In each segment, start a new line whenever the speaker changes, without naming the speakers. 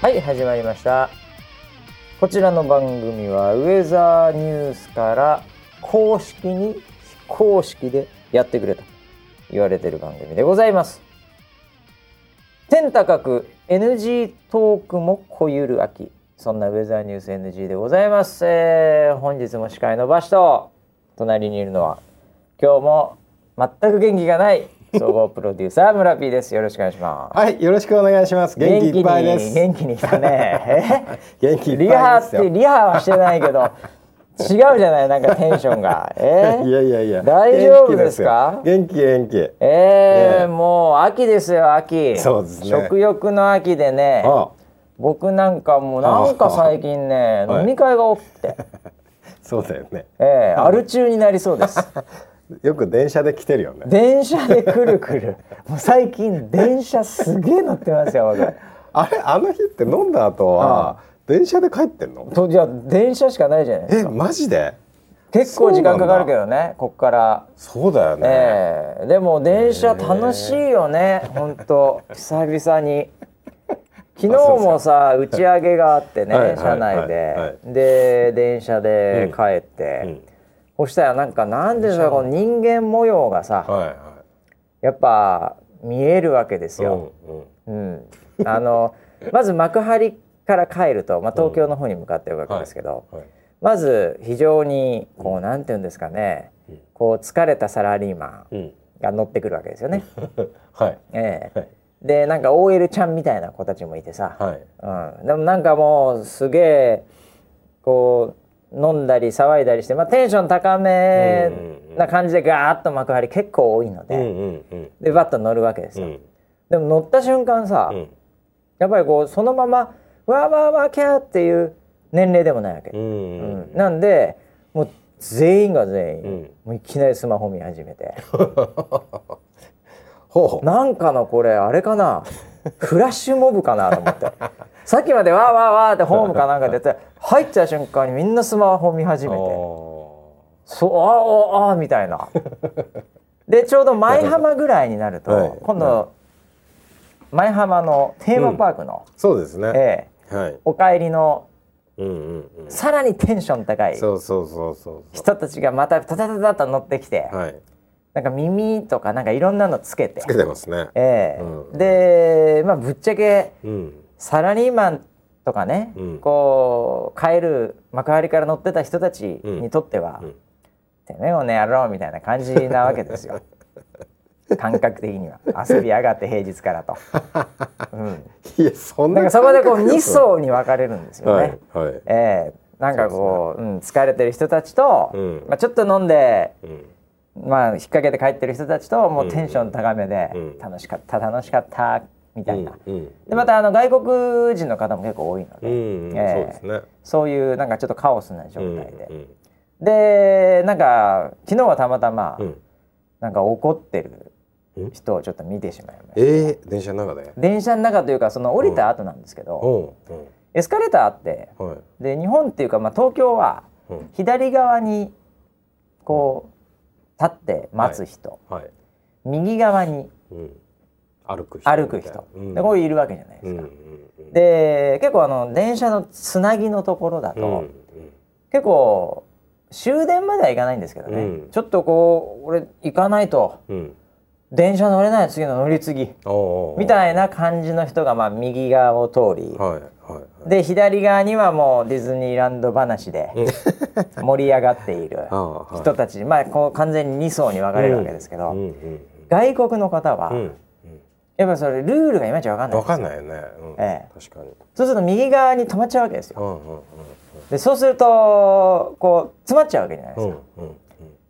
はい始まりましたこちらの番組はウェザーニュースから公式に非公式でやってくれと言われてる番組でございます天高く NG トークもこゆる秋そんなウェザーニュース NG でございます、えー本日も司会のバシと隣にいるのは今日も全く元気がない総合プロデューサー村 P ですよろしくお願いします
はい、よろしくお願いします。元気いっぱいです。
元気に元気に来た ね。え
元気いっぱいですよ
リハってリハはしてないけど、違うじゃないなんかテンションが。え
いやいやいや。
大丈夫ですか？
元気ですよ元気元気。
え
え
ー、もう秋ですよ秋。
そうですね
食欲の秋でね。
あ
僕なんかもうなんか最近ね
はい
飲み会が多くて、
あ、そうだよね。
えー、アル中になりそう です。
よく電車で来てるよね。
電車でくるくる。もう最近電車すげえ乗ってますよ僕。
あれ、あの日って飲んだ後は電車で帰ってんの？
とじゃあ電車しかないじゃない。
え、マジで？
結構時間かかるけどねこっから。
そうだよね。
ええでも電車楽しいよね、本当久々に。昨日もさ打ち上げがあってね、
はいはい
車内で、
はいは
で電車で帰って、
うん
そしたらなんかなんでしょうこの人間模様がさ、
はいは
やっぱ見えるわけです
い。う
よ。
んうん。
うんあのまず幕張から帰ると、まあ、東京の方に向かってるわけですけど、
はい。
まず非常にこうなんて言うんですかね、こう疲れたサラリーマン。
うん。
が乗ってくるわけですよね。
はい。
ええ
はい
でなんか OL ちゃんみたいな子たちもいてさ、
はい。
うん、でもなんかもうすげえこう飲んだり騒いだりして、まあ、テンション高めな感じでガーッと幕張結構多いので、
うんうんうん
でバッと乗るわけです
う
よ。
ん
でも乗った瞬間さ、
うん
やっぱりこうそのままわーわーわーキャーっていう年齢でもないわけ。
うんうん。
うんなんでもう全員が全員、
うん
もういきなりスマホ見始めて。
ほう。
なんかのこれあれかなフラッシュモブかなと思ってさっきまでわーわーわーってホームかなんかでやって入った瞬間にみんなスマホ見始めて
あ
そうあーあーあーみたいなでちょうど舞浜ぐらいになると、
はい
今度舞浜のテーマパークの
ー、そうですね。
ええ
はい。
お帰りの
うんうんうん。
さらにテンション高い
そうそうそうそうそ
人たちがまたタタタタと乗ってきて、
う。はい。
なんか耳とかなんかいろんなのつけて
つけてますね。
ええ
うん
で、まあ、ぶっちゃけ
うん。
サラリーマンとかね、
うん
こう帰る幕張から乗ってた人たちにとっては、
うんうん
てめえをねやろうみたいな感じなわけです よ感覚的には遊びやがって平日からと、うん、
いや、そん
な
なん
かそこでこう
感覚
2層に分かれるんですよね、
はい。はい。
ええなんかこうう、ん、疲れてる人たちと、
うん
まあ、ちょっと飲んで
うん。
まあ引っ掛けて帰ってる人たちともうテンション高めで、
うん
楽しかった楽しかったみた
う
い
ん
な、
うん。
でまたあの外国人の方も結構多いので、
うんうん。
ええ
そうですね。
そういうなんかちょっとカオスな状
うん
態で、でなんか昨日はたまたま、
うん。うん。
なんか怒ってる
うん
人をちょっと見てしまいました
ええ、電車の中で。
電車の中というかその降りた後なんですけど、
うん。うん。
エスカレーターあって
はい。
で日本っていうか、まあ、東京は
うん。
左側にこう立って待つ人、
はい。
右側に
うん。歩く人。
歩く人、
うん。
でこういるわけじゃないで
う
す
ん。う
か。
ん。うん。
で結構あの電車のつなぎのところだと、
うん。うん
結構終電まではいかないんですけどね、
うん
ちょっとこう俺行かないと
うん。
電車乗れない次の乗り継ぎ
おーおー。
みたいな感じの人がまあ右側を通り、
はい。はい。
で左側にはもうディズニーランド話で 盛り上がっている
ああ、はい。
人たち、まあこう完全に2層に分かれるわけですけど、
うん。うん。
外国の方は、
うん。うん。
やっぱそれルールがいまいち分かんない
わかんないよね。うん。
ええ
確かに。
そうすると右側に止まっちゃうわけですよ
うん。うん。
でそうするとこう詰まっちゃうわけじゃないで
う
す
ん。う
か、
ん。うん。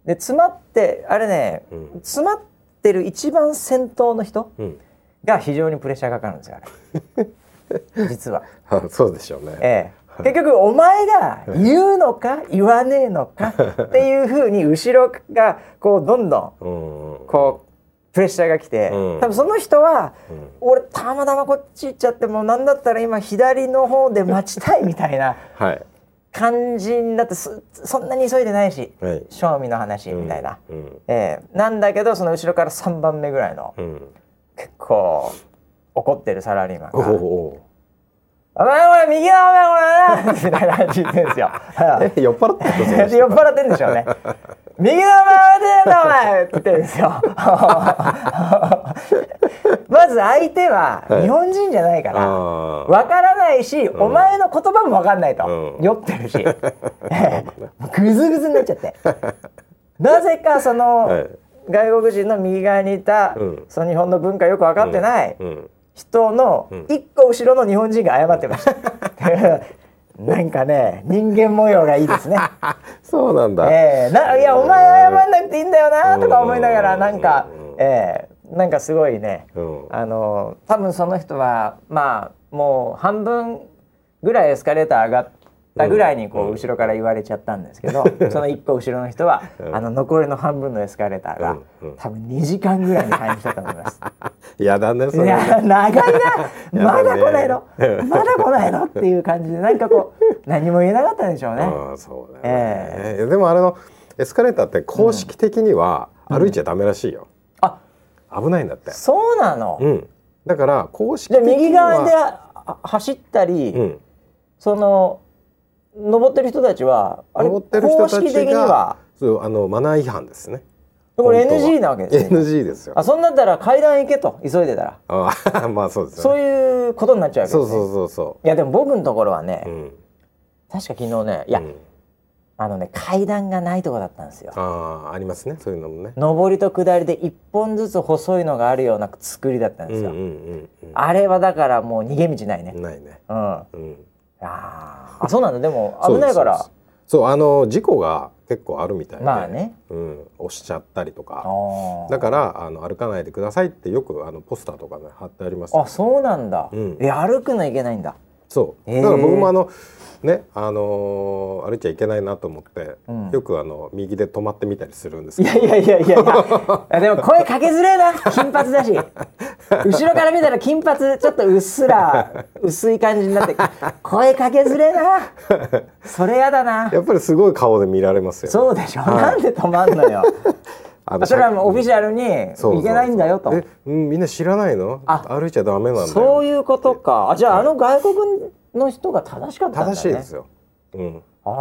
で詰まってあれね、
うん
詰まってる一番先頭の人
うん。
が非常にプレッシャーかかるんですよあ れ実は、
あ、そうでしょうね。
ええ、結局お前が言うのか言わねえのかっていうふうに後ろがこうどんどん
うん。うん。
こうプレッシャーが来て、
うん
多分その人は、
ん
俺たまたまこっち行っちゃってもう何だったら今左の方で待ちたいみたい な
はい。
感じになってすそんなに急いでないし、
はい
賞味の話みたいな。
うん。
ええなんだけどその後ろから3番目ぐらいの
うん。
結構怒ってるサラリーマン
お
が
お。
お前これ右だお前これみたいな感じで言ってん ですよ。はい
え酔っ払ってる
で酔っ払ってんでしょう ね。右のお前打てんだお前って言ってるんですよ。 まず相手は
はい
日本人じゃないから、
あー
わからないし、お前の言葉もわかんないと、
うん
酔って るし、ぐずぐずになっちゃって。なぜかその、
はい
外国人の右側にいた、
うん
その日本の文化よく分かってない、
うん
人の一個後ろの日本人が謝って ました。なんかね人間模様がいいです ね。
そうなんだ、
ええないやお前謝んなくていいんだよなとか思いながらなんか
うんうんうん
ええなんかすごいね、
うん
あの多分その人はまあもう半分ぐらいエスカレーター上がったぐらいにこう後ろから言われちゃったんですけど、その一個後ろの人は、あの残りの半分のエスカレーターが、
うんうん
多分2時間ぐらいに感じたと思います。
やだねそ
い
れ
や長いなま
やだ
だ
ね
来ないのまだ来ないのっていう感じでなんかこ う何も言えなかったんでしょうね。
ああそうだよね、えでもあれのエスカレーターって公式的には歩いちゃダメらしいよ、
あ
危ないんだって
そうなの、
うんだから公式
じゃ
的
あ
には
右側であ走ったり、
うん
その登ってる人たちはあれ
登ってる人た
公式
ち
的には
がそうあのマナー違反ですね
これ
本当は
NG なわけですね
NG ですよ
あそんだったら階段行けと急いでたら
ああ まあそうです
そう
ね
いうことになっちゃうわけです
そ
ね
うそうそうそ
いやでも僕のところはね、
ううん
確か昨日ねいや、
うん
あのね階段がないとこだったんですよ
ああありますねそういうのもね
上りと下りで一本ずつ細いのがあるような作りだったんで
う
す
んう
よ、
んうん
あれはだからもう逃げ道ないねう
う
ん
んないね
あ
うん
ーあそうなんだでも危ないか
そうです
ら
そうですそうあの事故が結構あるみたいで
まあね
うん押しちゃったりとか
あー
だからあの歩かないでくださいってよくあのポスターとかね貼ってありますよ
あそうなんだ、
うん
え歩くのいけないんだ
そう
へー
だから僕もあのねあのー歩いちゃいけないなと思って、
うん
よくあの右で止まってみたりするんです
い
けど
やいやいや いやいやでも声かけづれえな金髪だし後ろから見たら金髪ちょっとうっすら薄い感じにな って声かけづれえなそれやだな
やっぱりすごい顔で見られますよ、
そうでしょ、なんで止まんのよ
あの
それはもうオフィシャルにいけないんだよと
そうそうそうえ、うんみんな知らないの
あ
歩いちゃダメなんだよ
そういうことかあじゃああの外国の人が正しかったんだ、ね、
正しいですよ、うん、
ああ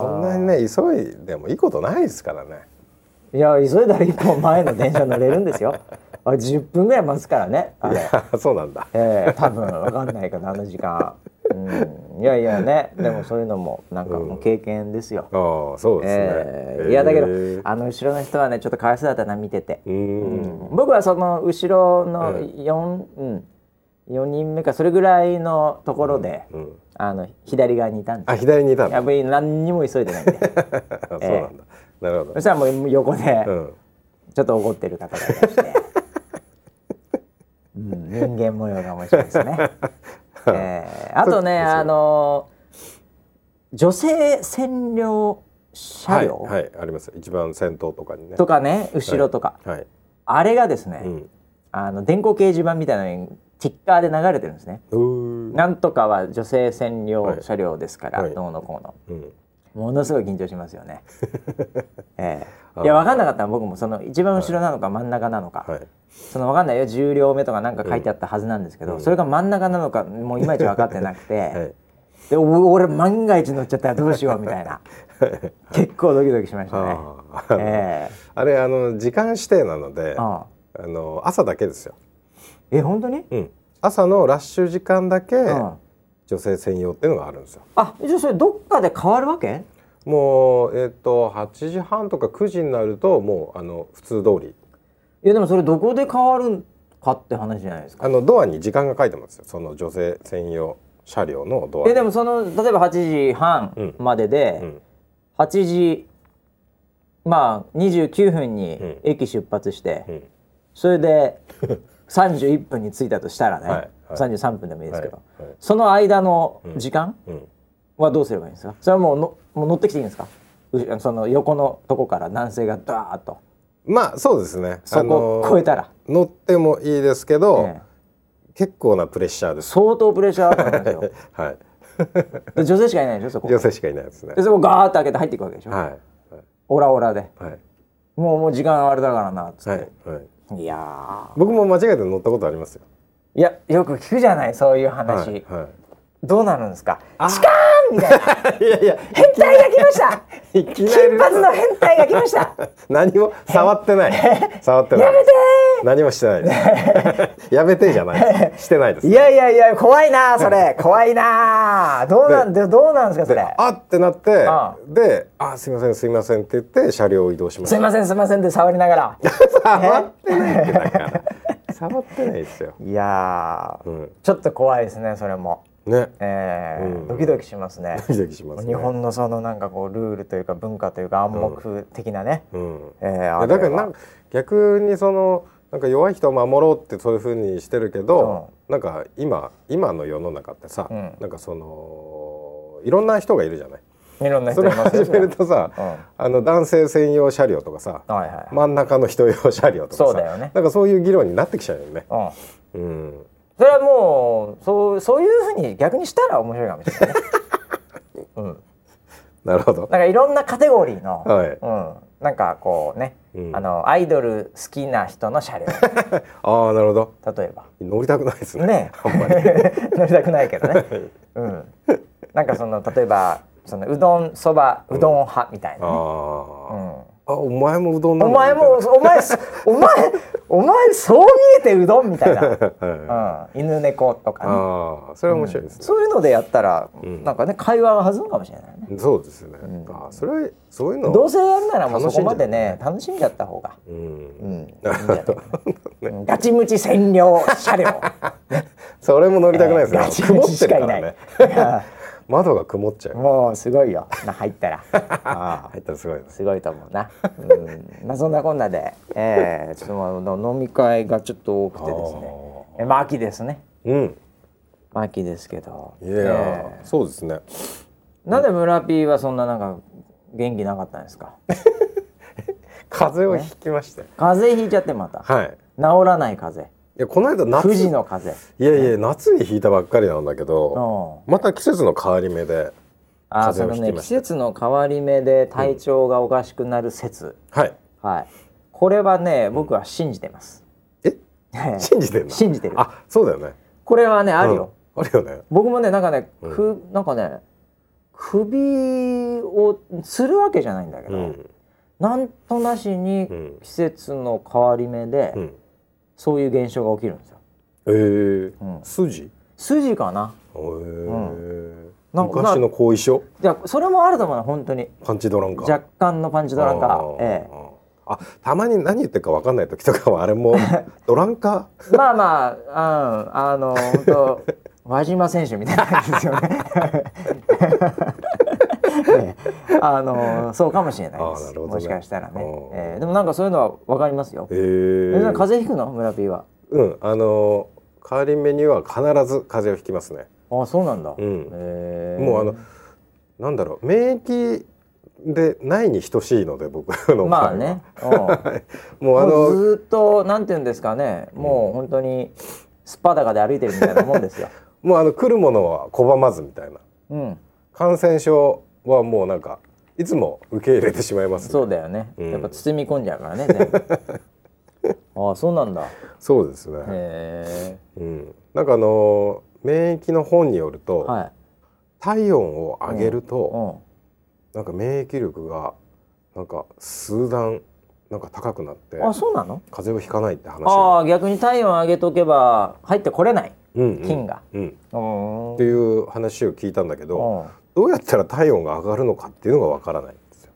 そんなにね急いでもいいことないですからね
いや急いだら一本前の電車乗れるんですよ あれ10分ぐらい待つからねあ
い
れ
やそうなんだ
ええ多分わかんないけどあの時間、うん、いやいやねでもそういうのもなんかもう経験ですよ、
ああそうですね、
ええいやだけど
へー
あの後ろの人はねちょっとかわいそうだったな見てて、
う
うんん僕はその後ろの4、うん、4人目かそれぐらいのところで、
うん
あの左側にいたんで
あ左にいたん
や
だ
っぱり何にも急いでないん で
そうなんだ、なるほ
そしたらもう横で、
ど、うん
ちょっと怒ってる方がいまして、うん、人間模様が面白いですね。 えーあとね、あの女性専用車
はい、
両
はい、あります一番先頭とかにね
とかね、後ろとか、
はい、
あれがですね、
うん
あの電光掲示板みたいなのにティッカーで流れてるんですね。
うーん
なんとかは女性専用車両ですから、
はい
どうのこうの。
うん
ものすごい緊張しますよ ね。ええいや分かんなかった僕もその一番後ろなのか真ん中なのか、
はい
その分かんないよ10両目とかなんか書いてあったはずなんですけど、それが真ん中なのかもういまいち分かってなくて、
はい
でお俺万が一乗っちゃったらどうしようみたいな結構ドキドキしましたね。
あ
え
ー あれあの時間指定なの
え
で
ああ
あの朝だけですよ、
え本当に
うん、朝のラッシュ時間だけ、
ん
女性専用っていうのがあるんですよ
あじゃあそれどっかで変わるわけ
もうえっ、と8時半とか9時になるともうあの普通通り
いやでもそれどこで変わるかって話じゃないですか。
あのドアに時間が書いてますよその女性専用車両のドア
えでもその例えば8時半までで、
うん
8時まあ29分に
ん
駅出発して、
うん
それで 31分に着いたとしたらね、
はいはい
33分でもいいですけど、
はいはい
その間の時間
うん
はどうすればいいんですかそれはもうのもう乗ってきていいんですかうその横のとこから男性がダーッと
まあそうですね
そこを越えたら、
あの乗ってもいいですけど、
ええ
結構なプレッシャーです。
相当プレッシャーあったと思いますよ
はい。
で女性しかいないでしょそこ
女性しかいないですね
で。そこガーッと開けて入っていくわけでしょ、
は
オラオラで
い。はい。
もうもう時間あれだからなっつっ
はい。はい。
ていやー
僕も間違えて乗ったことありますよ。
いやよく聞くじゃないそういう話、
はい。はい。
どうなるんですか
あー
チカーンみたいな
いやいや
変態が来ました
いきなり
金髪の変態が来ま した
何も触ってない触ってない
やめて
何もしてないですやめてじゃないですしてないです
ーいやいやいや怖いなーそれ怖いなーどうなんでどうなんですかそ
で
れ
あってなって
あ
で「あすいませんすいません」って言って車両を移動しますし
い
た
ませんすいませんって触りながら
触ってないってだから触ってないですよ
いやー、
うん
ちょっと怖いですねそれも、
ね
えー
うん
ドキドキしますね
ドキドキしますね
日本のそのなんかこうルールというか文化というか暗黙的なね、
うん
えーあれは
だからなんか逆にそのなんか弱い人を守ろうってそういうふうにしてるけど、なんか今今の世の中ってさ、
うん
なんかそのいろんな人がいるじゃない。
いろんな
そ
人い
れを
ますよ
始めるとさ、
う
あの男性専用車両とかさ、
はいはい
真ん中の人用車両とかさ
そうだよね
なんかそういう議論になってきちゃうよね。
うん
うん、
それはもうそうそういうふうに逆にしたら面白いかもしれな いね、うん、なん
なるほど。
かいろんなカテゴリーの、
はい
うん、なんかこうね、
うん
あのアイドル好きな人の車 両例
ああなるほど。
えば
乗りたくないですね。
ね
あんまり。
乗りたくないけど ね、うん、なんかその例えばそのうどんそばうどん派みたい
あ
な、
あ、
うん
あお前もうどんな
お
の
前もお前すお前お前そう見えてうどんみたいな、
みたいな は
う
い
ん、犬猫とかね
ああそれは面白いですね。
そういうのでやったら、
ん
なんかね会話が弾むかもしれないね。
そうですね。あそれはそういうの。
どうせやるならもうそ
楽しんじ
こ
ゃう
までね楽しんじゃった方が、
う。
うんん、いいんじ ゃないかなうんガチムチ占領車両
それも乗りたくない
ガ
で
チ
すね。
ム
曇
チ
っ
してかい
るか
な
ら
い
ね。
い や
窓が曇っちゃう。
もうすごいよな入ったら ああ
入ったらすごいです。
すごいと思うな、うんまあ、そんなこんなで、えー、ちょっとまあの飲み会がちょっと多くてですねえまあ秋ですね、
うん。
まあ、秋ですけど
いや
え
ー、そうですね。
ーなんで村ピーはそんななんか元気なかったんですか
風邪をひきまして。
風邪ひいちゃってまた
はい。
治らない風邪
いやこの間夏
富士の風邪
いやいや夏にひいたばっかりなんだけど、
う
また季節の変わり目で、
あー
風
そ
邪を
の
ひ
ね
きま
季
した
節の変わり目で体調がおかしくなる説、
はい。
はいこれはね僕は信じてます、
え、信じてるの？
信じてる
あ、そうだよね。
これはねあるよ、
うん。あるよね。
僕もねなんかね、くなんかね首をするわけじゃないんだけど、
うん。
なんとなしに
ん
季節の変わり目で、
うん。
そういう現象が起きるんですよ
え
う
ー、筋？へ
筋かな
ー
なんか
昔の後遺症？
じゃあそれもあると思うな本当に
パンチドランカー。
若干のパンチドラン
あ
カ
ー
ーええ
あたまに何言ってるか分かんない時とかはあ れもドランカ
まあまあ、うん、あの、本 当、輪島選手みたいな感じですよね。 ええあの、そうかもしれないで
あーな
す。
るほどね
もしかしたらね
う、ん
ええでも、なんかそういうのはわかりますよ
ー、。え
えなんか風邪ひくの、村ピーは。
うんあのー変わり目には必ず風邪をひきますね、
あ、そうなんだ。
うん
ええ
もうあのなんだろう免疫でないに等しいので僕の場合
ま
は
あね。うん
もう
もう
あの
ずーっと、なんていうんですかね、もう本当に。すっぱだかで歩いてるみたいなもんですよ。
もうあの来るものは拒まずみたいな
うん、
感染症はもうなんかいつも受け入れてしまいます、ね、
そうだよね。
うん
やっぱ包み込んじゃうからね。全部 あ、そうなんだ。
そうですね、
へ
うん、なんかあのー免疫の本によると、
え。はい。
体温を上げると、
うん。
なんか免疫力がなんか数段なんか高くなって
あ、そうなの？
風邪をひかないって話
ああ、逆に体温上げとけば入ってこれない
うんうん
菌が。
うん、
うーん。
っていう話を聞いたんだけど、
うん
どうやったら体温が上がるのかっていうのがわからないんですよ。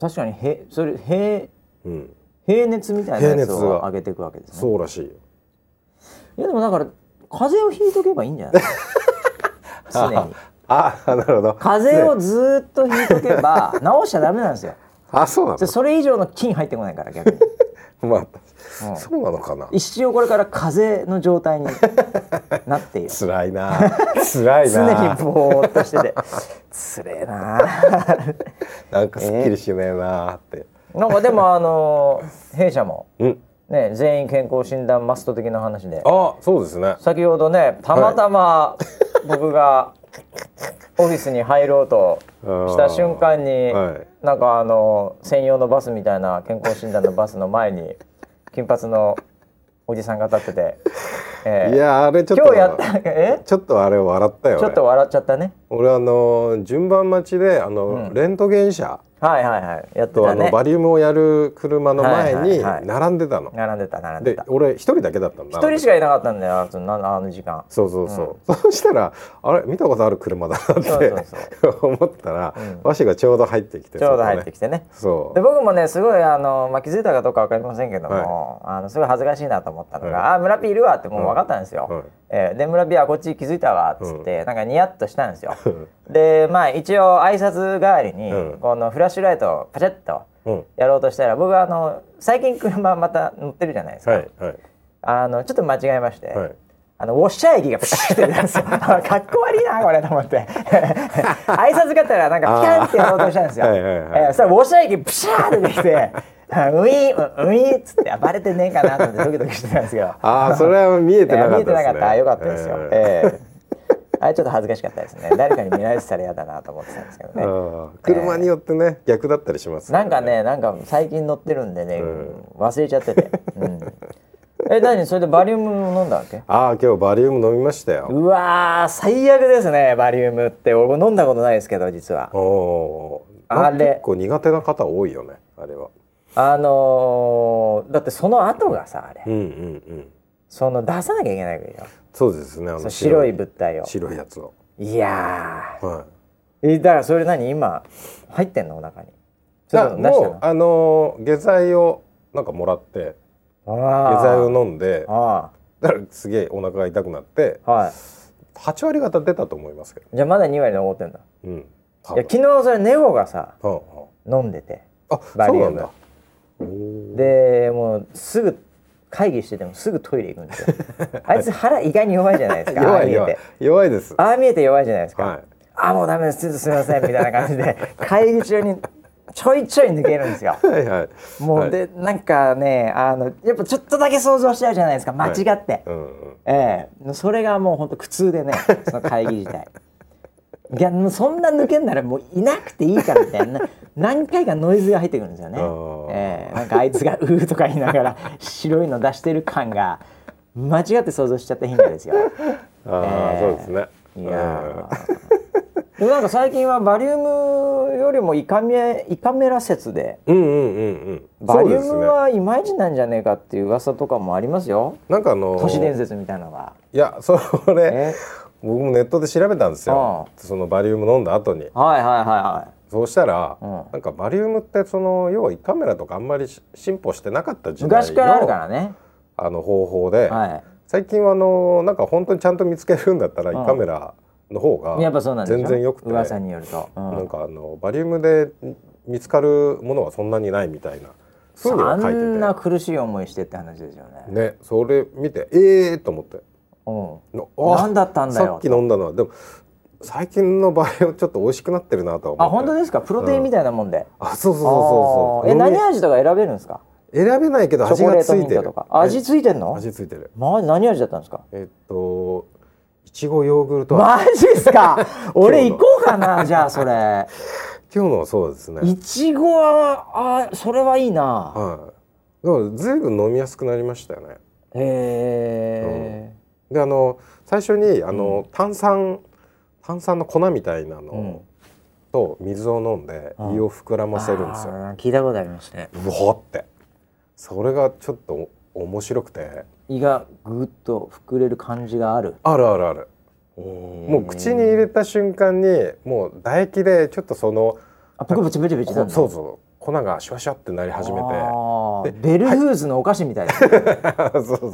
確かにへそれ平
うん、
平熱みたいなやつ
平
を
熱が
上げていくわけですね。
そうらしいよ。
いやでもだから風邪をひいとけばいいんじゃ ない？常に。
あ、あなるほど。
風邪をずーっとひいとけ ば治しちゃダメなんですよ。
あ、そうな
そそれ以上の菌入ってこないから逆に。
の。まあ、
うん
そうなのかな。
一生これから風邪の状態 になっている。
辛いな。辛い
常に
な。
ぼーっとしてて、つれえなあ。
なんかすっきりしねえなって。
なんかでもあのー弊社も
うん。
ね全員健康診断マスト的な話で
あ、そうですね。
先ほどねたまたま僕がオフィスに入ろうとした瞬間に、
はい
なんかあの専用のバスみたいな健康診断のバスの前に金髪のおじさんが立っててええ
いやあれちょっと
今日やったえ
ちょっとあれ笑ったよ
ちょっと笑っちゃったね
俺俺あの順番待ちであの、
うん
レントゲン車
はいはいはいやって
とあ
た
の、
ね
バリウムをやる車の前
はいはい
に
はい
並んでたの、
並んでた並んで
で
た
俺一人だけだったの
一人しかいなかったんだよあのなあの時間
そうそうそう、そしたらあれ見たことある車だなって
そうそうそ
思ったら、
うん
和紙がちょうど入ってきて
ちょうど入って
きて
きてね
そう
で僕もねすごいあの、まあ、気づいたかどうかわかりませんけども、あのすごい恥ずかしいなと思ったのが「
は
あ村ピーいるわ」ってもう分かったんですよ。
うんはい
えーで村ピーはこっち気づいたわっつって、なんかニヤッとしたんですよ。でまあ一応挨拶代わりに、
うん
このフラッシュライトをパチャッと
うん
やろうとしたら僕はあの最近車また乗ってるじゃないですか、
はいはい
あのちょっと間違えまして。
はい
あのウォッシャー液がプシュって出たん ですよ。あかっこ悪いなこれと思って挨拶がたらなんかピカンってやろうとしたんですよ。
あーはいはいはい
えーそしたらウォッシャー液プシャーって出てきてあウィーンウィーンっつってあバレてねえかなと思ってドキドキしてたんですけど
ああそれは見え て
いや
なか
見え
った
て
で
な
すね
かったよかったですよ。
ええ
ええあれちょっと恥ずかしかったですね。誰かに見られてたら嫌だなと思ってたんですけどね。
うん車によってね、逆だったりします
なんかねなんか最近乗ってるんでね、忘れちゃってて。うん、え何それでバリウム飲んだわけ
ああ今日バリウム飲みましたよ
うわー最悪ですねバリウムって俺飲んだことないですけど実は
おおー
あれ
結構苦手な方多いよねあれは
あのーだってその後がさあれ、
うんうんうん
その出さなきゃいけないわけよ
そうですねあ
その
の
白い物体を
白いやつを
いや
は
ーえだからそれ何今入ってんのお腹に
い
それ
だ
とも出し
もうあのー下剤をなんかもらって
たのあー
下剤を飲んで
あ
だからすげえお腹が痛くなって
ーはい
8割方出たと思いますけど
じゃあまだ2割残ってんだ
うん多
いや
分
昨日それネゴがさ
うんうん
飲んでて
あ
バ
そ
リ
う
ウム
なんだおー
でもうすぐ会議しててもすぐトイレ行くんです よあいつ腹意外に弱いじゃないですかあ
弱
あ
い
見え
弱
て
い弱いです
ああ見えて弱いじゃないですか、
はい
あもうダメですちょっとすみませんみたいな感じで会議中にちょいちょい抜けるんですよ
はいはい
もう、
はい
でなんかねあのやっぱちょっとだけ想像しちゃうじゃないですか間違って、
うんうん
ええそれがもう本当苦痛 でねその会議自体いやもうそんな抜けんならもういなくていいからみたいな何回かノイズが入ってくるんですよね
あー、
ええなんかあいつが「うー」とか言いながら白いの出してる感が間違って想像しちゃった品がですよ
ああ、
えー
そうですね。
いやー でもなんか最近はバリウムよりもイカメイカメラ説で
うん、うんうんうんうん。
バリ
そう
ウ
です
ム
ね。
はいまいちなんじゃねえかっていう噂とかもありますよ
なんかあのー
都市伝説みたいなのが
いや、そ
え
れ、僕もネットで調べたんですよ。そのバリウム飲んだ後に、
はいはいはいは
そうしたら、
うん
なんかバリウムってその要は胃カメラとかあんまりし進歩してなかった
い
時代の
昔からあるからね
あの方法で、
は
最近はあのーなんか本当にちゃんと見つけるんだったら胃カメラの方が
いやっぱそうなんです
全然良くて、
噂によると、うん
なんかあのバリウムで見つかるものはそんなにないみたいなふうには書
そ
いてて。
んな苦しい思いしてって話ですよね、
ね、それ見てええー、と思って
うん、
なあ
何だったんだよ
さっき飲んだのはでも最近の場合はちょっと美味しくなってるなとは思
あ
って
本当ですかプロテインみたいなもんで、
あそうそうそうそうそう
あーえ何
飲
味とか選べるんですか
み選べないけど
チ
味
ョコレ
が
ー
つ
トミ
い
ン
て
ト
る
とか味ついてんの
味ついてる
まあ何味だったんですか
えっといちごヨーグルト
マジっすか俺
今
行
日の
こうかなじゃあそ れ
今日のはそうですね
いちごはあそれはいいな
はいだからずいぶん飲みやすくなりましたよね
へえ、
であの最初にあの、炭酸炭酸の粉みたいなの、と水を飲んで胃を膨らませるんですよ
あー聞いたことありますね
うわってそれがちょっとお面白くて
胃がぐっと膨れる感じがある
あるあるあるも
も
う口に入れた瞬間にもう唾液でちょっとその
あポコポチブチブチ
こ
なんだ
そうそう粉がシュワシュワってなり始めて
あーベルフーズのお菓子みたいですね、
そうそうそう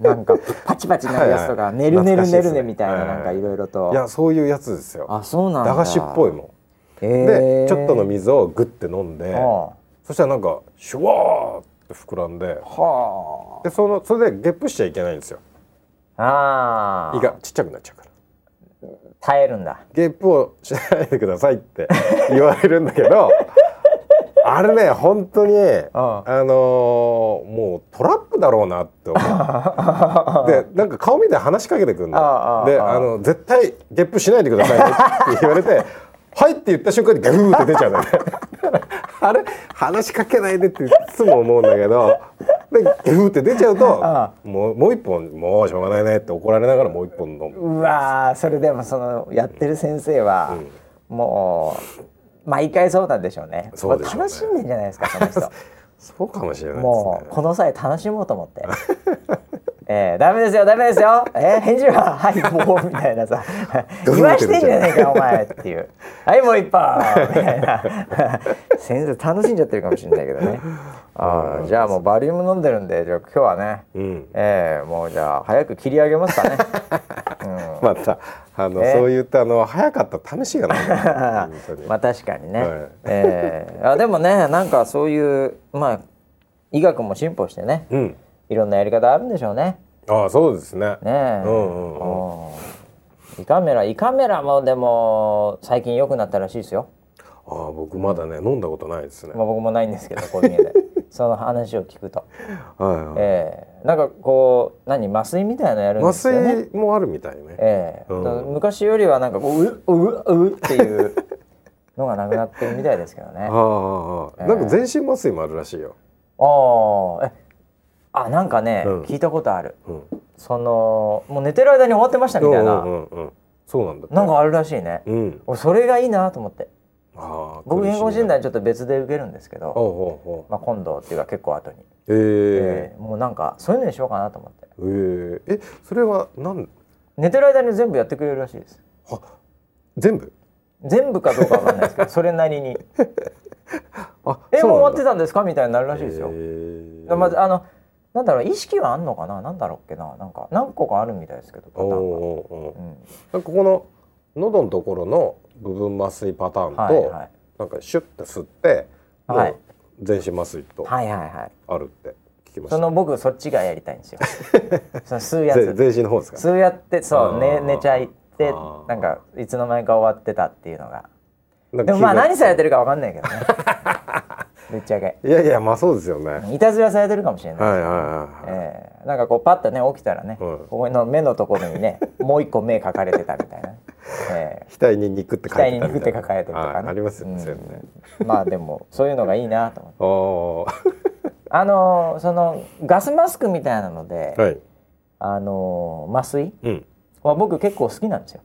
なんかパチパチなるやつとか、
はいはい
ねるねるねる
懐かしいです
ね
ね
みたいな
はいは
ないんかいろいろと
いやそういうやつですよ
あそうなんだ
駄菓子っぽいも
え
ん
ー
でちょっとの水をグッて飲んで
は
そしたらなんかシュワーって膨らんで
あは
でそのそれでゲップしちゃいけないんですよ
ああ
胃がちっちゃくなっちゃうから
耐えるんだ
ゲップをしないでくださいって言われるんだけ どあれね本当にあのーもうトラップだろうなっ て思うでなんか顔見て話しかけてくるの
ああ
で
ああ
あの絶対ゲップしないでくださいねって言われて 「はい」って言った瞬間にガフ ーって出ちゃうのねあれ話しかけないでっていつも思うんだけどでギューって出ちゃうと
あ
もうもう一本もうしょうがないねって怒られながらもう一本飲む
うわーそれでもそのやってる先生は、もう毎回そうなんでしょうね
そうでしょうね
楽しんでんじゃないですかその人
そうかもしれない
もう
ですね
この際楽しもうと思って。 えー、ダメですよダメですよえー、返事は「はいもう」みたいなさ
どう
言
な
わ
っ
してて
る
んじゃねえかお前っていう「はいもう一本」みたいな 先生楽しんじゃってるかもしれないけどねあーじゃあもうバリウム飲んでるんでじゃあ今日はね、
ん
えーもうじゃあ早く切り上げます かね
またあの、
え
そういったあの早かった試し がないから本当に
まあ確かにね、
はい
えーあでもねなんかそういうまあ医学も進歩してね
うん
いろんなやり方あるんでしょうね
ああそうですね
ねえ、
うんうんうん
胃カメラ胃カメラもでも最近良くなったらしいですよ、
ああ僕まだね飲んだことないですね
まあ、僕もないんですけどこういう家で その話を聞くと、
はいはい
ええなんかこう何麻酔みたいなのやるんで
麻
すよね
酔もあるみたいね、
ええ
うん
だから昔よりはなんかこうううううっていうのがなくなってるみたいですけどね
ああああああなんか全身麻酔もあるらしいよ、
ああえあなんかね、
うん
聞いたことある
うん、
そのもう寝てる間に終わってましたみたいな、
うんうんうんうんそうなんだって
なんかあるらしいね、
うん
俺それがいいなと思って
ああ
僕
苦し
健
いな
康診断ちょっと別で受けるんですけ
ほ
ど、
うほうほう
まあ、今度っていうか結構後に、
えー、
えーもうなんかそういうのにしようかなと思って
えー、えそれはなん
寝てる間に全部やってくれるらしいです
あ全部
全部かどうかわかんないですけどそれなり に「
あ
えもう終わって
た
たんですか?」みたいになるらしいですよ、
えー
まずあのなんだろう意識はあんのかななんだろうっけななんか何個かあるみたいですけどパタ
おう
ーン
お
が、
うおう
うん、
なんかここの喉のところの部分麻酔パターンと、
はいはい
なんかシュッて吸って、もう
はい
全身麻酔と
はいはいはい
あるって聞きまし
そ
た。
の僕そっちがやりたいんで すよその吸うや
ぜ
つ
全身の方ですか。
そうやってそう
あ
寝
ー
寝ちゃいって
あー
なんかいつの間にか終わってたっていうのが
なん
で
か
もまあ
聞いた
何されてるかわかんないけどね ぶっちゃけ
いやいやまあそうですよね。はい
いたずらされてるかもしれない、
はいはいはい。
えーなんかこうパッとね起きたらね、
うん
ここの目のところにねもう一個目描かれてたみたい な、え
額に肉って書いてた
額
みたいな。
に肉って書かれてるとかね
はいありますよね。そういうのね
ーまあでもそういうのがいいなと思って
おお。
あのーそのガスマスクみたいなので、
はい。
あのー麻酔
うん。
は僕結構好きなんですよ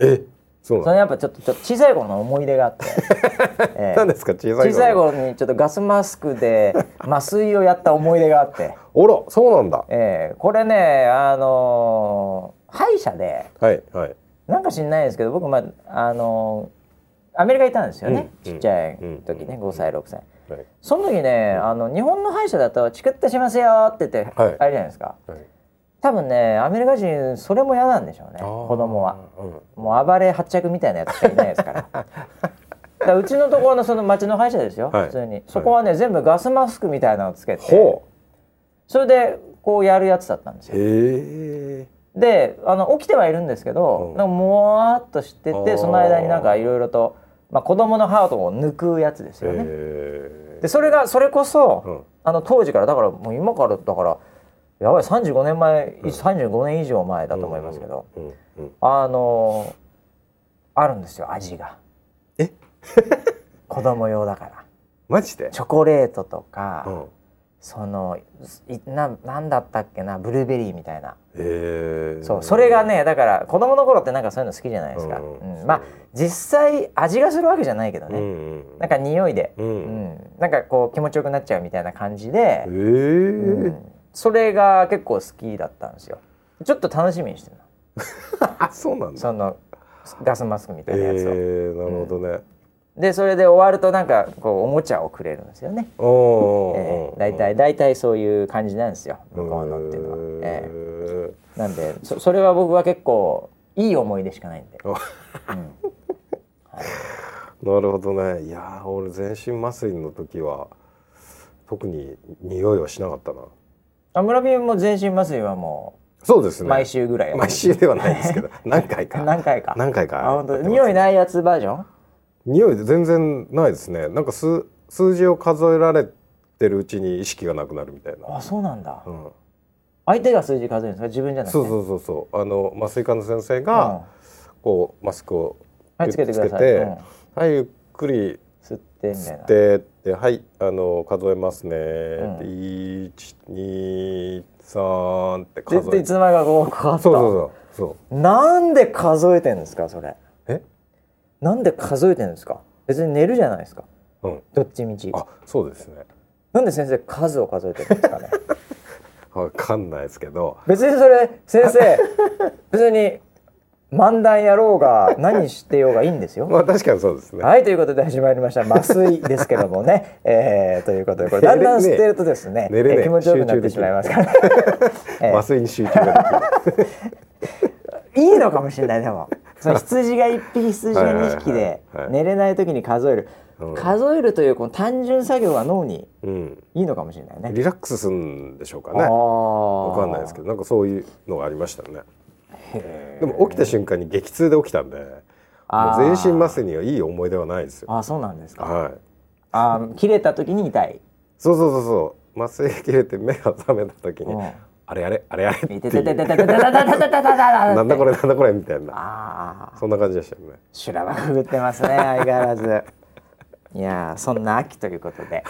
え、そう
そ
な
れやっぱちょっとちょっと小さい頃の思い出があって、 え
の。なんですか小さい頃。
小さい頃にちょっとガスマスクで麻酔をやった思い出があって、
おらそうなんだ。
えーこれねあのー歯医者で
はいはい。
なんか知んないですけど僕まああのーアメリカ行ったんですよね、
うん
ちっちゃい時ね、
う
5歳6歳
はい
その時ね、あの日本の歯医者だと「チクッとしますよ」って言って、
はい
あれじゃないですか
はい。
多分ねアメリカ人それも嫌なんでしょうね
あー
子供は。
うん。
もう暴れ発着みたいなやつしかいないですから。 だからうちのところのその町の歯医者ですよ、
はい
普通にそこはね、全部ガスマスクみたいなのをつけて
ほ
それでこうやるやつだったんです
う。
よ
へえ。
であの起きてはいるんですけど、
うん
なんかもわーっとして
あ
て
ー
その間になんかいろいろと、まあ、子供の歯を抜くやつですよね、
へ
でそれがそれこそ、
うん
あの当時からだからもう今からだからやばい35年前、35年以上前だと思いますけど、
え。うんうん。
あのーあるんですよ味が
え
子供用だから
マジで。
チョコレートとか、
うん。
そのいななんだったっけなブルーベリーみたいな、
へえ。
そうそれがねだから子供の頃ってなんかそういうの好きじゃないですか、
うん
うん
そう
まあ実際味がするわけじゃないけど
う
ね、
んうん。
なんか匂いで、
う。
うんんなんかこう気持ちよくなっちゃうみたいな感じで、
え
う
え
ん。それが結構好きだったんですよちょっと楽しみにしてるの
あ、そうなんだ。
そのガスマスクみた
え
い
え
なやつを。
なるほどね。
でそれで終わるとなんかこうおもちゃをくれるんですよね。
おお
え
お
ー、大体大体そういう感じなんですよ向こうのっていうのは。え
え
ーなんでそそれは僕は結構いい思い出しかないんで。
お
うん
なるほどね。いやー、俺全身麻酔の時は特に匂いはしなかったな。
あ、村ビも全身麻酔はも
そうです
う
ね。
毎週ぐらいやってる
毎週ではないですけど、何回か。
何回か。
何回か
あ本当
やってます
匂いないやつバージョン？
匂い全然ないですね。なんか数数字を数えられてるうちに意識がなくなるみたいな。
あそうなんだ。
うん。
相手が数字数えるんですか自分じゃなくて。
そうそうそうそう。あの麻酔科の先生が、
うん
こうマスクを
はいつけてください
つけて
うん
はいゆっくり
吸ってみたい
吸
な
っ。てってではいあの数えますね、
ん
一二三って数え
絶対いつの間にかこう変わった
そうそうそうそう
なんで数えてんですかそれ
え
なんで数えてんですか別に寝るじゃないですか
うん
どっちみち
あそうですね
なんで先生数を数えてるんですかね
わかんないですけど
別にそれ先 生別に漫談やろうが何してようがいいんですよ
まあ確かにそうですね
はいということで始まりました麻酔ですけどもね、えー、ということでこれだんだん吸ってるとですね
寝れねえ
えー気持ちよくなってしまいますからえ
麻酔に集中がで
いいのかもしれないで もその羊が一匹羊が2匹で
はいはいはいはい
寝れない時に数える、
うん
数えるというこの単純作業が脳に
きる、うん、
いいのかもしれないね。
リラックスするんでしょうかね
わ
わかんないですけ
ど
どなんかそういうのがありましたねでも起きた瞬間に激痛で起きたんでもう
あー
全身麻酔にはいい思い出はないですよ
あーそうなんですか
はい
あー切れた時に痛い
そうそうそうそう麻酔切れて目が覚めた時に、
うん
あれあれあれあれってい
痛てててて
う
ててててててて
なんだこれなんだこれみたいな
ああ
そんな感じでしたよね
修羅場くぐってますね相変わらず いやーそんな秋ということで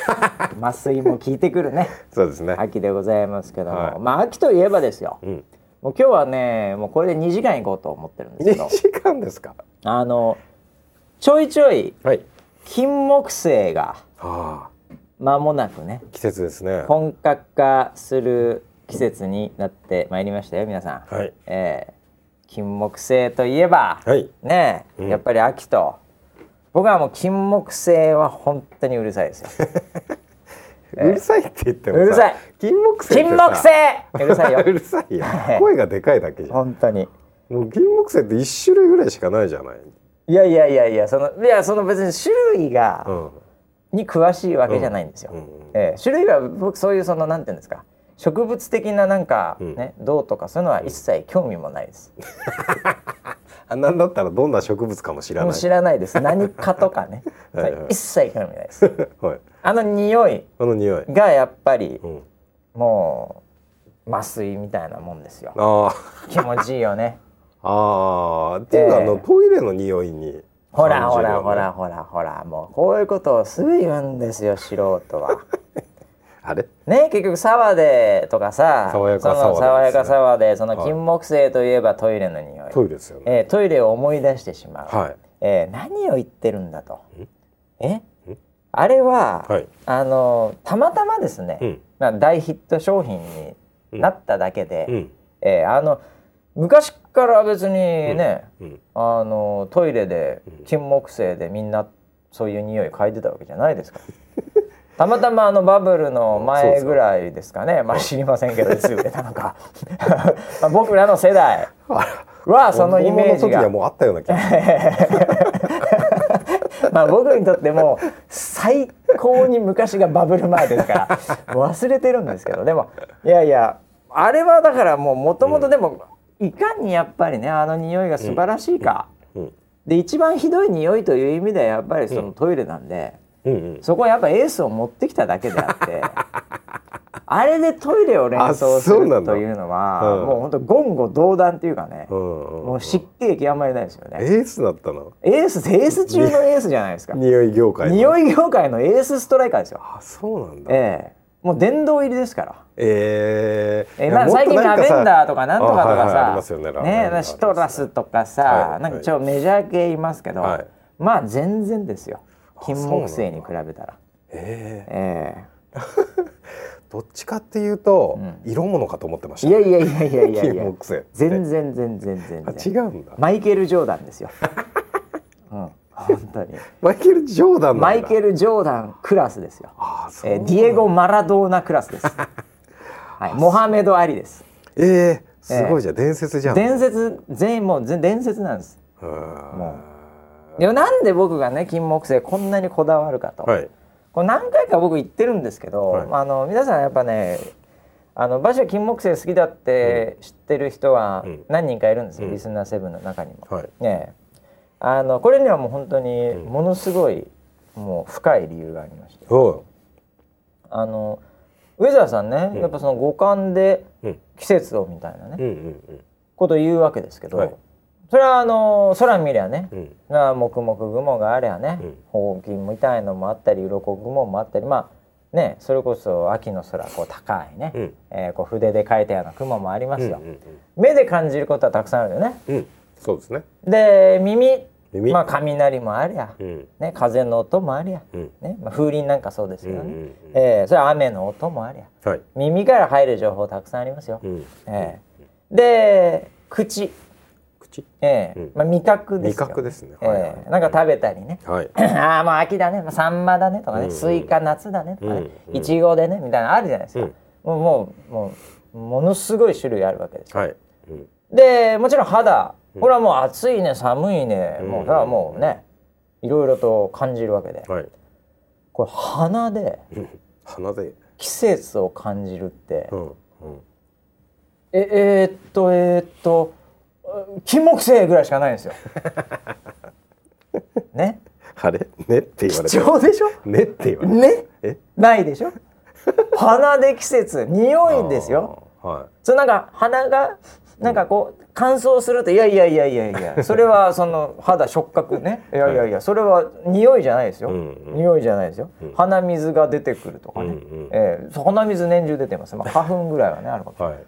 麻酔も効いてくるね
そうですね、
秋でございますけども、
はい
まあ秋といえばですよ、
うん
もう今日はねもうこれで2時間行こうと思ってるんですけ
2
ど
時間ですか
あのちょいちょい
はい
金木犀が
あ
間もなくね
あ季節ですねは
本格化する季節になってまいりましたよ皆さん、
い
えー金木犀といえば、
はい
ねえ、
うん
やっぱり秋と僕はもう金木犀は本当にうるさい ですよ
うるさいって言ってもさ
うるさい
金木犀って
金
さ
木犀うるさいよ
うるさいよ声がでかいだけじゃん
本当に
もう金木犀って一種類ぐらいしかないじゃない
いやいやいやいやそのいやその別に種類が、
うん
に詳しいわけじゃないんですよ。
うんうん
ええ種類は僕そういうそのなんていうんですか植物的ななんか
ん
ね、どうとかそういうのは一切興味もないです。
あなんだったらどんな植物かも知ら
もう
ない
知らないです。何かとか ね
はいはい
一切興味ないです。
はい
あの匂い
あの匂い
がやっぱり
うん
もう麻酔みたいなもんですよ。
あ
気持ちいいよね。
ああーっていうか、
ええ
あのトイレの匂いに
ほ らほ
感じるよ
ら
ね
ほらほらほらもうこういうことをすぐ言うんですよ素人 は。
あれ
ね結局沢でとかさ
爽やか
その爽
沢で
や
ですね
か沢でその
はい
金木犀といえばトイレの匂い、
トイレですよね
えートイレを思い出してしまう、
はい
えー何を言ってるんだとえあれは、
はい
あのたまたまですね、
うん
まあ、大ヒット商品になっただけで、
うん
えーあの昔から別にね、
うん
あのトイレで金木犀でみんなそういう匂い嗅いでたわけじゃないです からたまたまあのバブルの前ぐらいですかねまあ知りませんけどいつ売れたのか まあ僕らの世代はそのイメージ
子供の時には
が
もうあったような気がする
まあ僕にとってもう最高に昔がバブル前ですから忘れてるんですけどでもいやいやあれはだからもうもともとでもいかにやっぱりねあの匂いが素晴らしいか。
うん
で一番ひどい匂いという意味ではやっぱりそのトイレなんで、
うんうん
そこはやっぱエースを持ってきただけであってあれでトイレを連想
あ
す
そ
る
うなんだ
というのは、
うん
もう本当言語道断というかね、
うんうん
もう湿気液あんまりないですよね
エースだったの
エースエース中のエースじゃないですか
匂い業界の
匂い業界のエースストライカーですよ、
あそうなんだ
ええもう殿堂入りですから。
えー
えーなんか最近ラベンダーとかなんとかと
あはいはいあり
か
ます
さ
よねラベンダー
ねシトラスとかさ
はい
なんかちょっとメジャー系いますけど
はい
まあ全然ですよ金木
そう
犀
な
に比べたら
え
え
ーどっちかっていうと、色物かと思ってまし
え
た
いやいやいやいやいやい
金
や
木犀
全然全然全
あ違
然
うんだ
マイケル・ジョーダンです ようん本当に
マイケル・ジョーダンなんだ
マイケル・ジョーダンクラスですよ
あそう
えーディエゴ・マラドーナクラス ですはいモハメド・アリです
えー、すごいじゃん、伝説じゃん
伝説全員もう全伝説なんです
うーん
でもなんで僕がね金木犀こんなにこだわるかと、
はい
これ何回か僕言ってるんですけど、
はい
あの皆さんやっぱねあの馬車金木犀好きだって知ってる人は
うん
何人かいるんですよ、
うん
リスナーセブンの中にも。
はい
ねえあのこれにはもう本当に
ん
ものすごい、もう深い理由がありまして
おう
あのウェザーさんね、やっぱその五感で
うん
季節をみたいなね、
うんうんうん
ことを言うわけですけど、
はい
それはあのー空見りゃね、
うん
まあ黙々雲がありゃね、
うん
ほうきみたいのもあったり鱗雲もあったりまあねそれこそ秋の空こう高いね、
うん
えーこう筆で描いたような雲もありま
う
す
んう
よ、
ん
目で感じることはたくさんあるよね
うんうんそうですね
で耳
耳
まあ雷もありゃ、
うん
ね、風の音もありゃ、
うん
ねまあ、風鈴なんかそうですけどね、
うんうんうん
えーそれは雨の音もありゃ
はい
耳から入る情報たくさんありますよ、
うん
えーで口
口
ええ
うん
まあ、味覚ですよ
味覚ですね
え
はいはい
えなんか食べたりね
はい
ああもう秋だね、まあ、サンマだねとかね、
うんうん
スイカ夏だねとかね
うんうん
いちごでねみたいなのあるじゃないですか、
うん
もうもうもうものすごい種類あるわけですよ、
はいうん
でもちろん肌これはもう暑いね寒いね、もうそれはもうねいろいろと感じるわけで
はい
これ鼻で
うん鼻で
季節を感じるって、
うんうん
ええー、っとえー、っとあ金木犀ぐらいしかないんで すよ。ね
あれねって言われ
貴
て
重でしょ
ねって言われて
ね
え
ないでしょ鼻で季節匂いですよ
あーは
それなんか鼻がなんかこう乾燥するといやいやいやいやい やそれはその肌触覚ねいやいやいやそれは匂いじゃないですよ、
うんうん
匂いじゃないですよ、鼻水が出てくるとかね、
うんうん
ええそう鼻水年中出てます、まあ、花粉ぐらいはねあるかも
いはい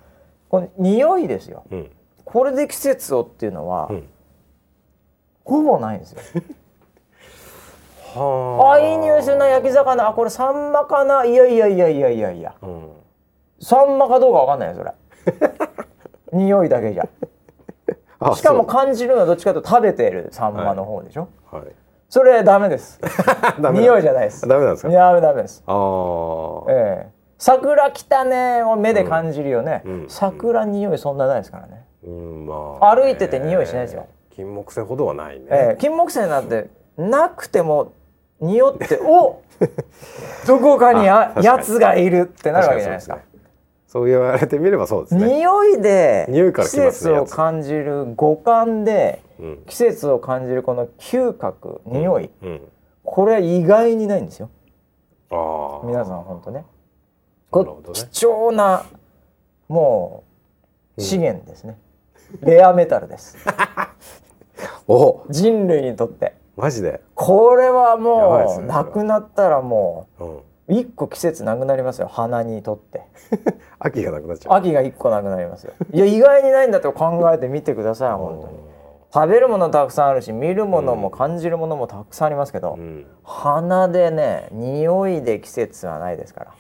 この匂いですよ
うん
これで季節をっていうのは、
ん
ほぼないんですよ
は
あいい匂いするな焼き魚あこれサンマかないやいやいやいやいやいや
あうん
サンマかどうかわかんないよそ れ匂いだけじゃ
あ
しかも感じるのはどっちかというと食べてるサンマの方でしょ、
そうはい
それダメです
ダメだ
匂いじゃないです
ダメなんですか
ダメダメです
あー
ええ桜来たねを目で感じるよね、
うんうん
桜匂いそんなないですからね、
うんまあ
歩いてて匂いしないですよ
金木犀ほどはないね
ええ金木犀なんてなくても匂って おどこかに
あ
あ
確かに
やつがいるってなるわけじゃないですか
そう言われてみればそうですね。
匂いで
匂いか
季
ら来ます
節
ね
を感じる五感で
うん
季節を感じるこの嗅覚匂い、
うん。
これ意外にないんですよ
ああ。
皆さん本当ね
なるほどね
貴重なもう資源ですね、レアメタルです
お
人類にとって
マジで。
これは
やばいで
も
す
う
ね
なくなったらも
うん。
う一個季節なくなりますよ花にとって
秋がなくなっちゃう。
秋が一個なくなりますよいや意外にないんだと考えてみてください本当に食べるものたくさんあるし見るものも感じるものもたくさんありますけど、
うん。
鼻でね匂いで季節はないですから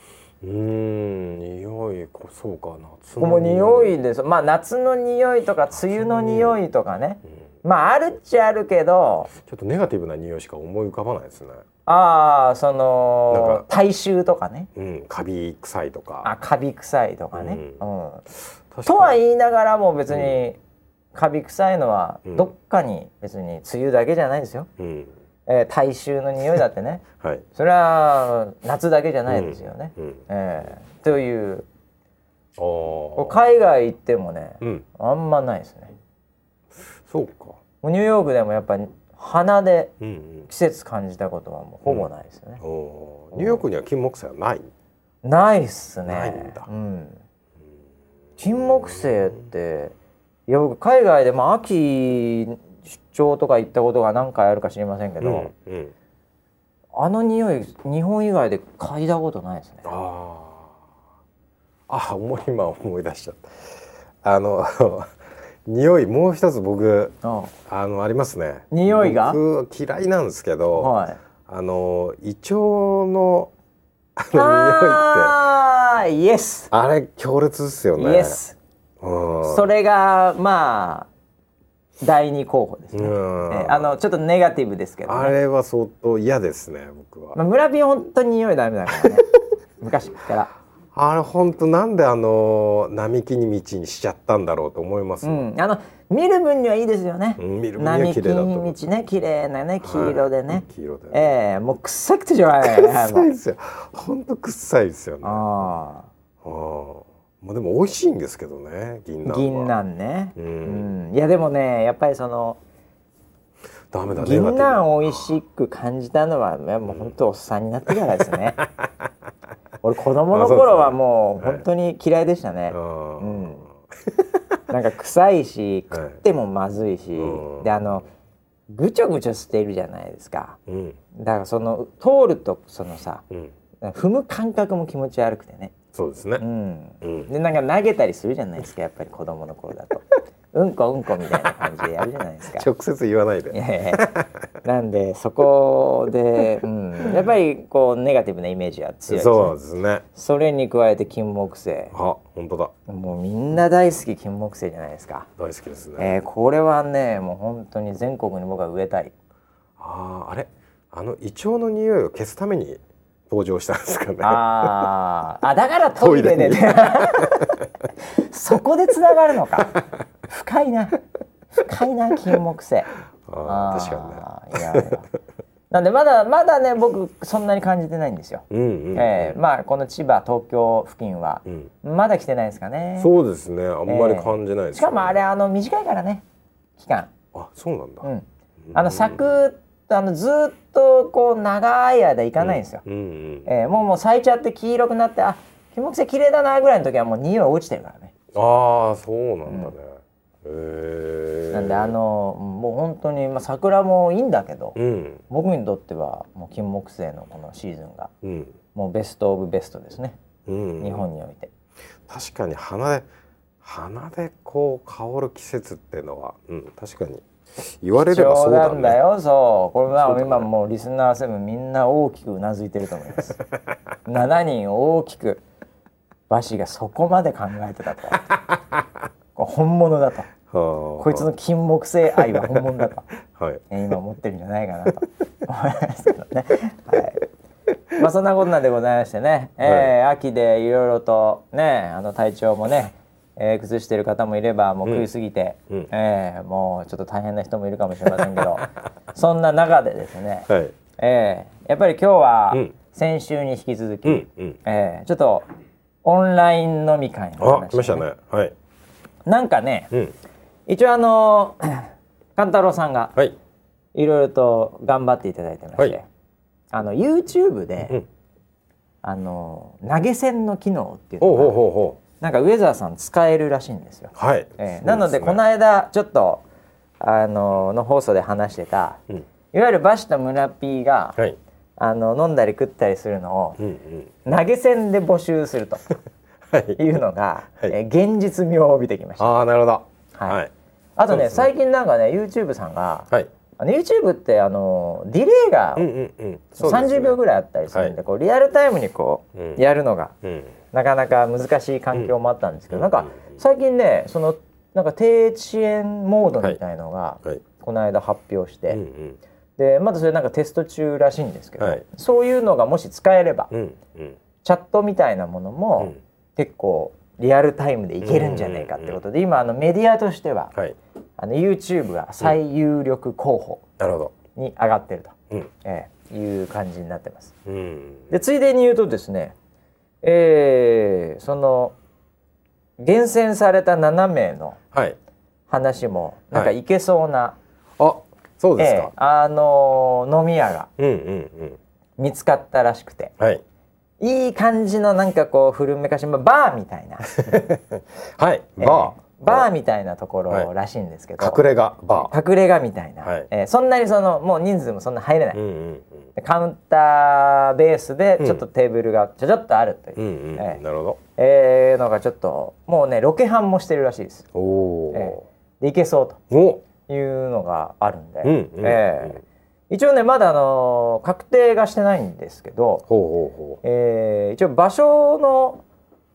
うーん。匂いこそうかな。夏
この匂。いですまあ夏の匂いとか梅雨の匂いとかね
うん
まああるっちゃあるけど
ちょっとネガティブな匂いしか思い浮かばないですね。
ああそ
なん
の
か
大衆とかね
うん。カビ臭いとか。
あカビ臭いとかね、う
うん確か
とは
に
言いながらも別にカビ臭いのは
うん
どっかに別に梅雨だけじゃないですよ、
うん。
えー大衆の匂いだってね
はい。
それは夏だけじゃないですよね、
うん。
えーという
ああ。
海外行ってもね、
うん。
あんまないですね
そうか。
もうニューヨークでもやっぱり鼻で
うんうん。
季節感じたことはもうほぼないですよね、
おーニューヨークには金木犀はない。
ないっすね
ないんだ
うん、金木犀っていや僕海外でも秋出張とか行ったことが何回あるか知りませんけ
う
ど、
ん。うん。
あの匂い日本以外で嗅いだことないですね
あーあ思い今思い出しちゃったあの 匂いもう一つ僕
あ
あのありますね
匂いが
僕嫌いなんですけど、
はい
あの胃腸のあの匂いって
あーイエス
あれ強烈ですよ
イ
ね
エス
うん
それがまあ第二候補です
う
ね、
ん、
えあのちょっとネガティブですけど、ね
あれは相当嫌ですね僕は、
まあ、村人本当に匂いダメだ からね昔から
あれ本当なんであの並木に道にしちゃったんだろうと思います、
う
ね
んあの見る分にはいいですよね、
うん見る分には
並木
綺麗だと思う
道ね綺麗なね黄色でね、
はい黄色でね
ええもう臭くてしょうがないよね
臭い
もう
ですよ本当臭いですよね
あ
ああ、まあでも美味しいんですけどね、銀
あ
杏は。
銀杏ね
う
うんいやでもねやっぱりその
ダメだね。
銀
ネガティ
杏を美味しく感じたのはねもう本当おっさんになってからです ね俺子供の頃はもう
あそう
本当に嫌いでしたね
ブあー
うんなんか臭いし
はい
食ってもまずいし、
うん
であのぐちょぐちょしてるじゃないですか
うん
だからその通るとそのさ
うん
踏む感覚も気持ち悪くてね、
そうですね
う。ん、
うん
でなんか投げたりするじゃないですかやっぱり子供の頃だと うんこうんこみたいな感じでやるじゃないですか
直接言わないで。
ええなんでそこで、うん、やっぱりこうネガティブなイメージは強いですね
そうですね。
それに加えて金木犀
あ、本当だ。
もうみんな大好き金木犀じゃないですか、
大好きですね。
えーこれはねもう本当に全国に僕は植えたい
ああ、あれ、あの胃腸の匂いを消すために登場したんですかね。
あーあだからトイレで
トイ
ねそこでつながるのか深いな深いな金木犀
ああ、確か
にねいやいやなんでまだまだね僕そんなに感じてないんですよ、
にね。うんうんうん。
えーまあこの千葉東京付近は
うん。
まだ来てないですかね
そうですね。あんまり感じないです、ね
しかもあれ。あの短いからね期間
あ、そうなんだ。
う
うん
んあの咲くあのずーっとこう長い間いかないんですよ、
うんうん。
えーもうもう咲いちゃって黄色くなってあキンモクセイ綺麗だなぐらいの時はもう匂い落ちてるからね
ああ、そうなんだね。へえ。
なんであ。のもう本当にまあ桜もいいんだけど、
うん。
僕にとってはもう金木犀のこのシーズンが
うん。
もうベストオブベストですね、
うん、
日本において
確かに花で花でこう香る季節っていうのは、うん、確かに言われればそ
冗
うだ
談
ね
だよそうこれ
そう
は
だね
今もうリスナーセブンみんな大きくうなずいてると思い ます7人大きくバシがそこまで考えてたと これ本物だと
はあ
こいつの金木犀愛は本物だと
はい
ね今思ってるんじゃないかなと思いますけどね、はい、まあそんなことなんでございましてね、えー秋でいろいろとねあの体調もね、えー崩してる方もいればもう食いすぎて、
うんうん
えーもうちょっと大変な人もいるかもしれませんけ どそんな中でですね、
はい
えーやっぱり今日は
うん
先週に引き続き、
うんうん
えーちょっとオンライン飲み会の話、
あ来ましたねはい
なんかね、
うん
一応あの 勘太郎さんが
はい
いろいろと頑張っていただいてまして、
はい
あの YouTube で、
うん
あの投げ銭の機能っていう
ほ
の
う
が
ほうほうほ
なんかウェザーさん使えるらしいんですよ。
うはい、
えーなのでこの間ちょっとあのの放送で話してた、
うん
いわゆるバシとムラピーが、
はい
あの飲んだり食ったりするのを
うんうん
投げ銭で募集すると
はい
いうのが、
はい
えー現実味を帯びてきました。
ああなるほど
はい
はい
あと
そう
ね
ですね
最近なんかね YouTube さんが、
はい
あの YouTube ってあのディレイが
うんうんうん
30秒ぐ
らい
らいあったりするんで
はい
こうリアルタイムにこ
うん
うやるのが
うん
なかなか難しい環境もあったんですけど
うん
なんか最近ねそのなんか低遅延モードみたいのが
はい
この間発表し
うん
てでまだそれなんかテスト中らしいんですけ
は
ど
い
そういうのがもし使えれば
うんうんうん
チャットみたいなもの
う
も
ん
結構リアルタイムでいけるんじゃないかってことで今あのメディアとしては
はい
あの YouTube が最有力候補
なるほど
に上がってると。
うん
ええ、いう感じになってます。
うん
でついでに言うとですね、えーその厳選された7名の
はい
話もなんか
はい
いけそうな、
あそうです
ええ
か、
あのー飲み屋が
うんうんうん
見つかったらしくて
はい
いい感じのなんかこう古めかしまあバーみ たいな、
はい
ええ
バ
バーみたいなとこ
は
ろ
い
らしいんですけど、
ー隠れ家バー
隠れ家みたいな、
はい
ええそんなにそのもう人数もそんな入れない、
うんうん
でカウンターベースでちょっとテーブルがちょちょっとあるという。
うんうんうん
ええ
なるほ
えー、のがちょっともうねロケハンもしてるらしいです。
どお
え
お
ーでいけそう
ーお
というのがあるんで、
うんうんうん
えー一応ねまだあのー確定がしてないんですけど、
ほうほうほ
えー一応場所の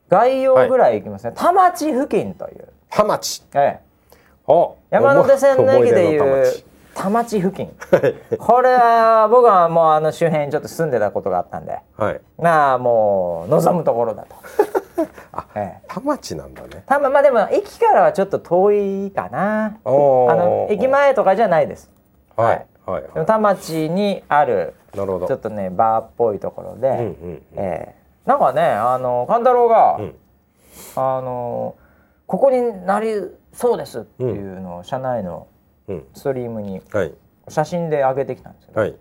概要ぐらいいきますね、田町付近という、
う田町
え
あ
ー山手線の駅でい
思
う
出
田町付近
の田町
これは僕はもうあの周辺にちょっと住んでたことがあったんで
はいはい
なあもう望むところ だと。えー
田町なんだね
多分まあでも駅からはちょっと遠いかな
あー
あの駅前とかじゃないです
はいはい
で
は
も田町にある
いなるほど
ちょっとねバーっぽいところで、
うんうん
えーなんかねあの勘太郎が、
うん
あのここになりそうですっていうのを社内の
うん
ストリームに
はい
写真で上げてきたんですけど、
はい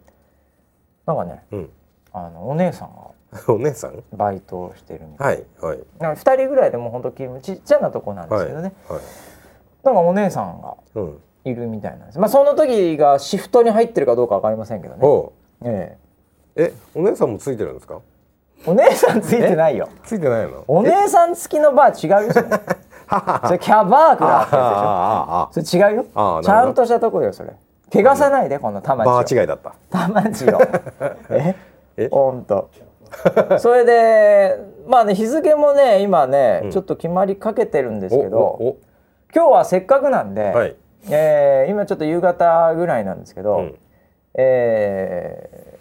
なんかね
うん
あのお姉さんが
お姉さん
バイトをしてるみたい
はいはい
ななんか2人ぐらいでもうほんと勤務ちっちゃなとこなんです
は
け
い
どね、
はい
なんかお姉さんが
うん
いるみたいなんですまあその時がシフトに入ってるかどうかわかりませんけどね
おう
え
えお姉さんもついてるんですか
えお姉さんついてないよ
ついてないの
お姉さん付きのバー違うよそ れそれキャバークラーってやつでしょ
あああ
それ違うよ
ああ
ちゃんとしたとこよそれ汚さないでこのた
あ
ま
バ
ち
ー違いだった
たまちをえ
え
ほんと それでまあね日付もね今ね、ちょっと決まりかけてるんですけど
お
今日はせっかくなんで、
はい
えー今ちょっと夕方ぐらいなんですけど、
うん
えー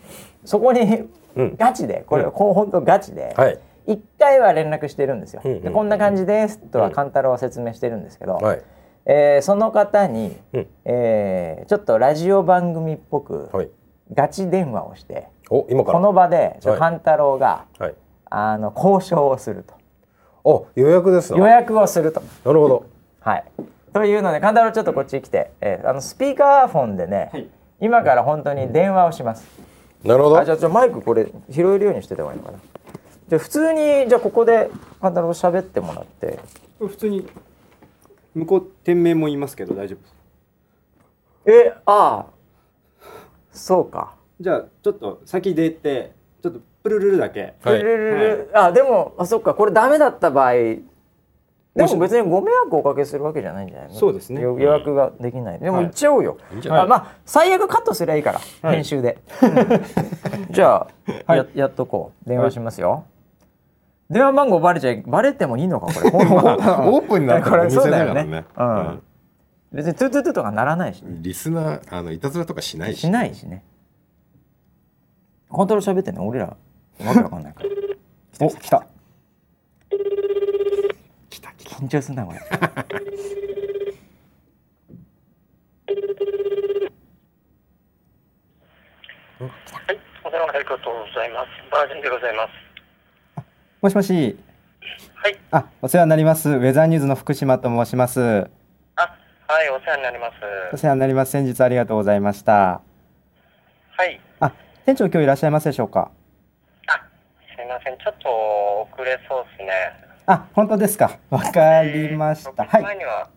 そこに
うん
ガチでこれ、
うん
こうほんとガチで、
はい
1回は連絡してるんですよ。
うんうん
でこんな感じですとは勘太郎は説明してるんですけど、
はい
えーその方に、
うん
えーちょっとラジオ番組っぽく
はい
ガチ電話をして
お今
こ
から
の場でちょ
はい
勘太郎が、
はい
あの交渉をすると
お予約ですな
予
なる
約をすると。
ほど
はい、というので勘太郎ちょっとこっち来て、えーあのスピーカーフォンでね、今から本当に電話をします。
なるほど
あじゃあじゃあマイクこれ拾えるようにしてた方がいいのかな。じゃあ普通にじゃあここで勘太郎喋ってもらって
普通に向こう店名も言いますけど大丈夫です
えああそうか。
じゃあちょっと先出てちょっとプルルルだけ
はい
ルルルルあでもあそっかこれダメだった場合でも別にご迷惑をおかけするわけじゃないんじゃないの
そうですね
よ予約ができないでも
はい
行っちゃおうよ、
じゃない
あまあ最悪カットすりゃいいから、
はい
編 集でじゃあ、ややっとこう電話しますよ、電話番号バレちゃいバレてもいいのかこれ
オープンになってる
これ
お店
そうだ
だ
よ
か
ね
らね
うん別にトゥトゥトゥとかならないしね
リスナーあのいたずらとかしない
しないしねコントロール喋ってんの俺らわけわかんないから
お来た
来た来た
緊張すんなこれ
はい、お電話ありがとうございます。バージンでございます。
もしもし
はい、
あお世話になりますウェザーニューズの福島と申します
あ、はい、お世話になりま
お
す。
世話になります先日ありがとうございました
はい、
あ店長今日いらっしゃいますでしょうか
あ、すいません、ちょっと遅れそうですね。
あ本当ですかわかりましたは
えー6時前
い
には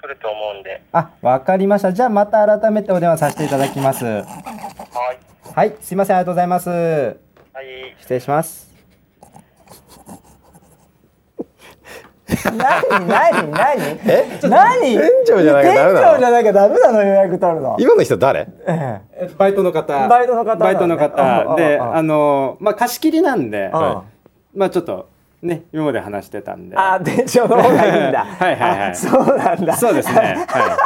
来ると思うんで、
あわかりましたじゃあまた改めてお電話させていただきます
はい、
はいすいませんありがとうございます
はい。
失礼します
何何何
え
何店
長じゃなきゃダメなの
店長じゃなきゃダメなの予約取るの。
今の人誰
ええ
えバイトの方
バイトの方なのね
バイトの
ああ
方で
ああ
あのまあ貸し切りなんで
あ
まあちょっとね今まで話してたんで
あ、店長の方がいいんだ。
はいはいはい
あそうなんだ。
そうですねは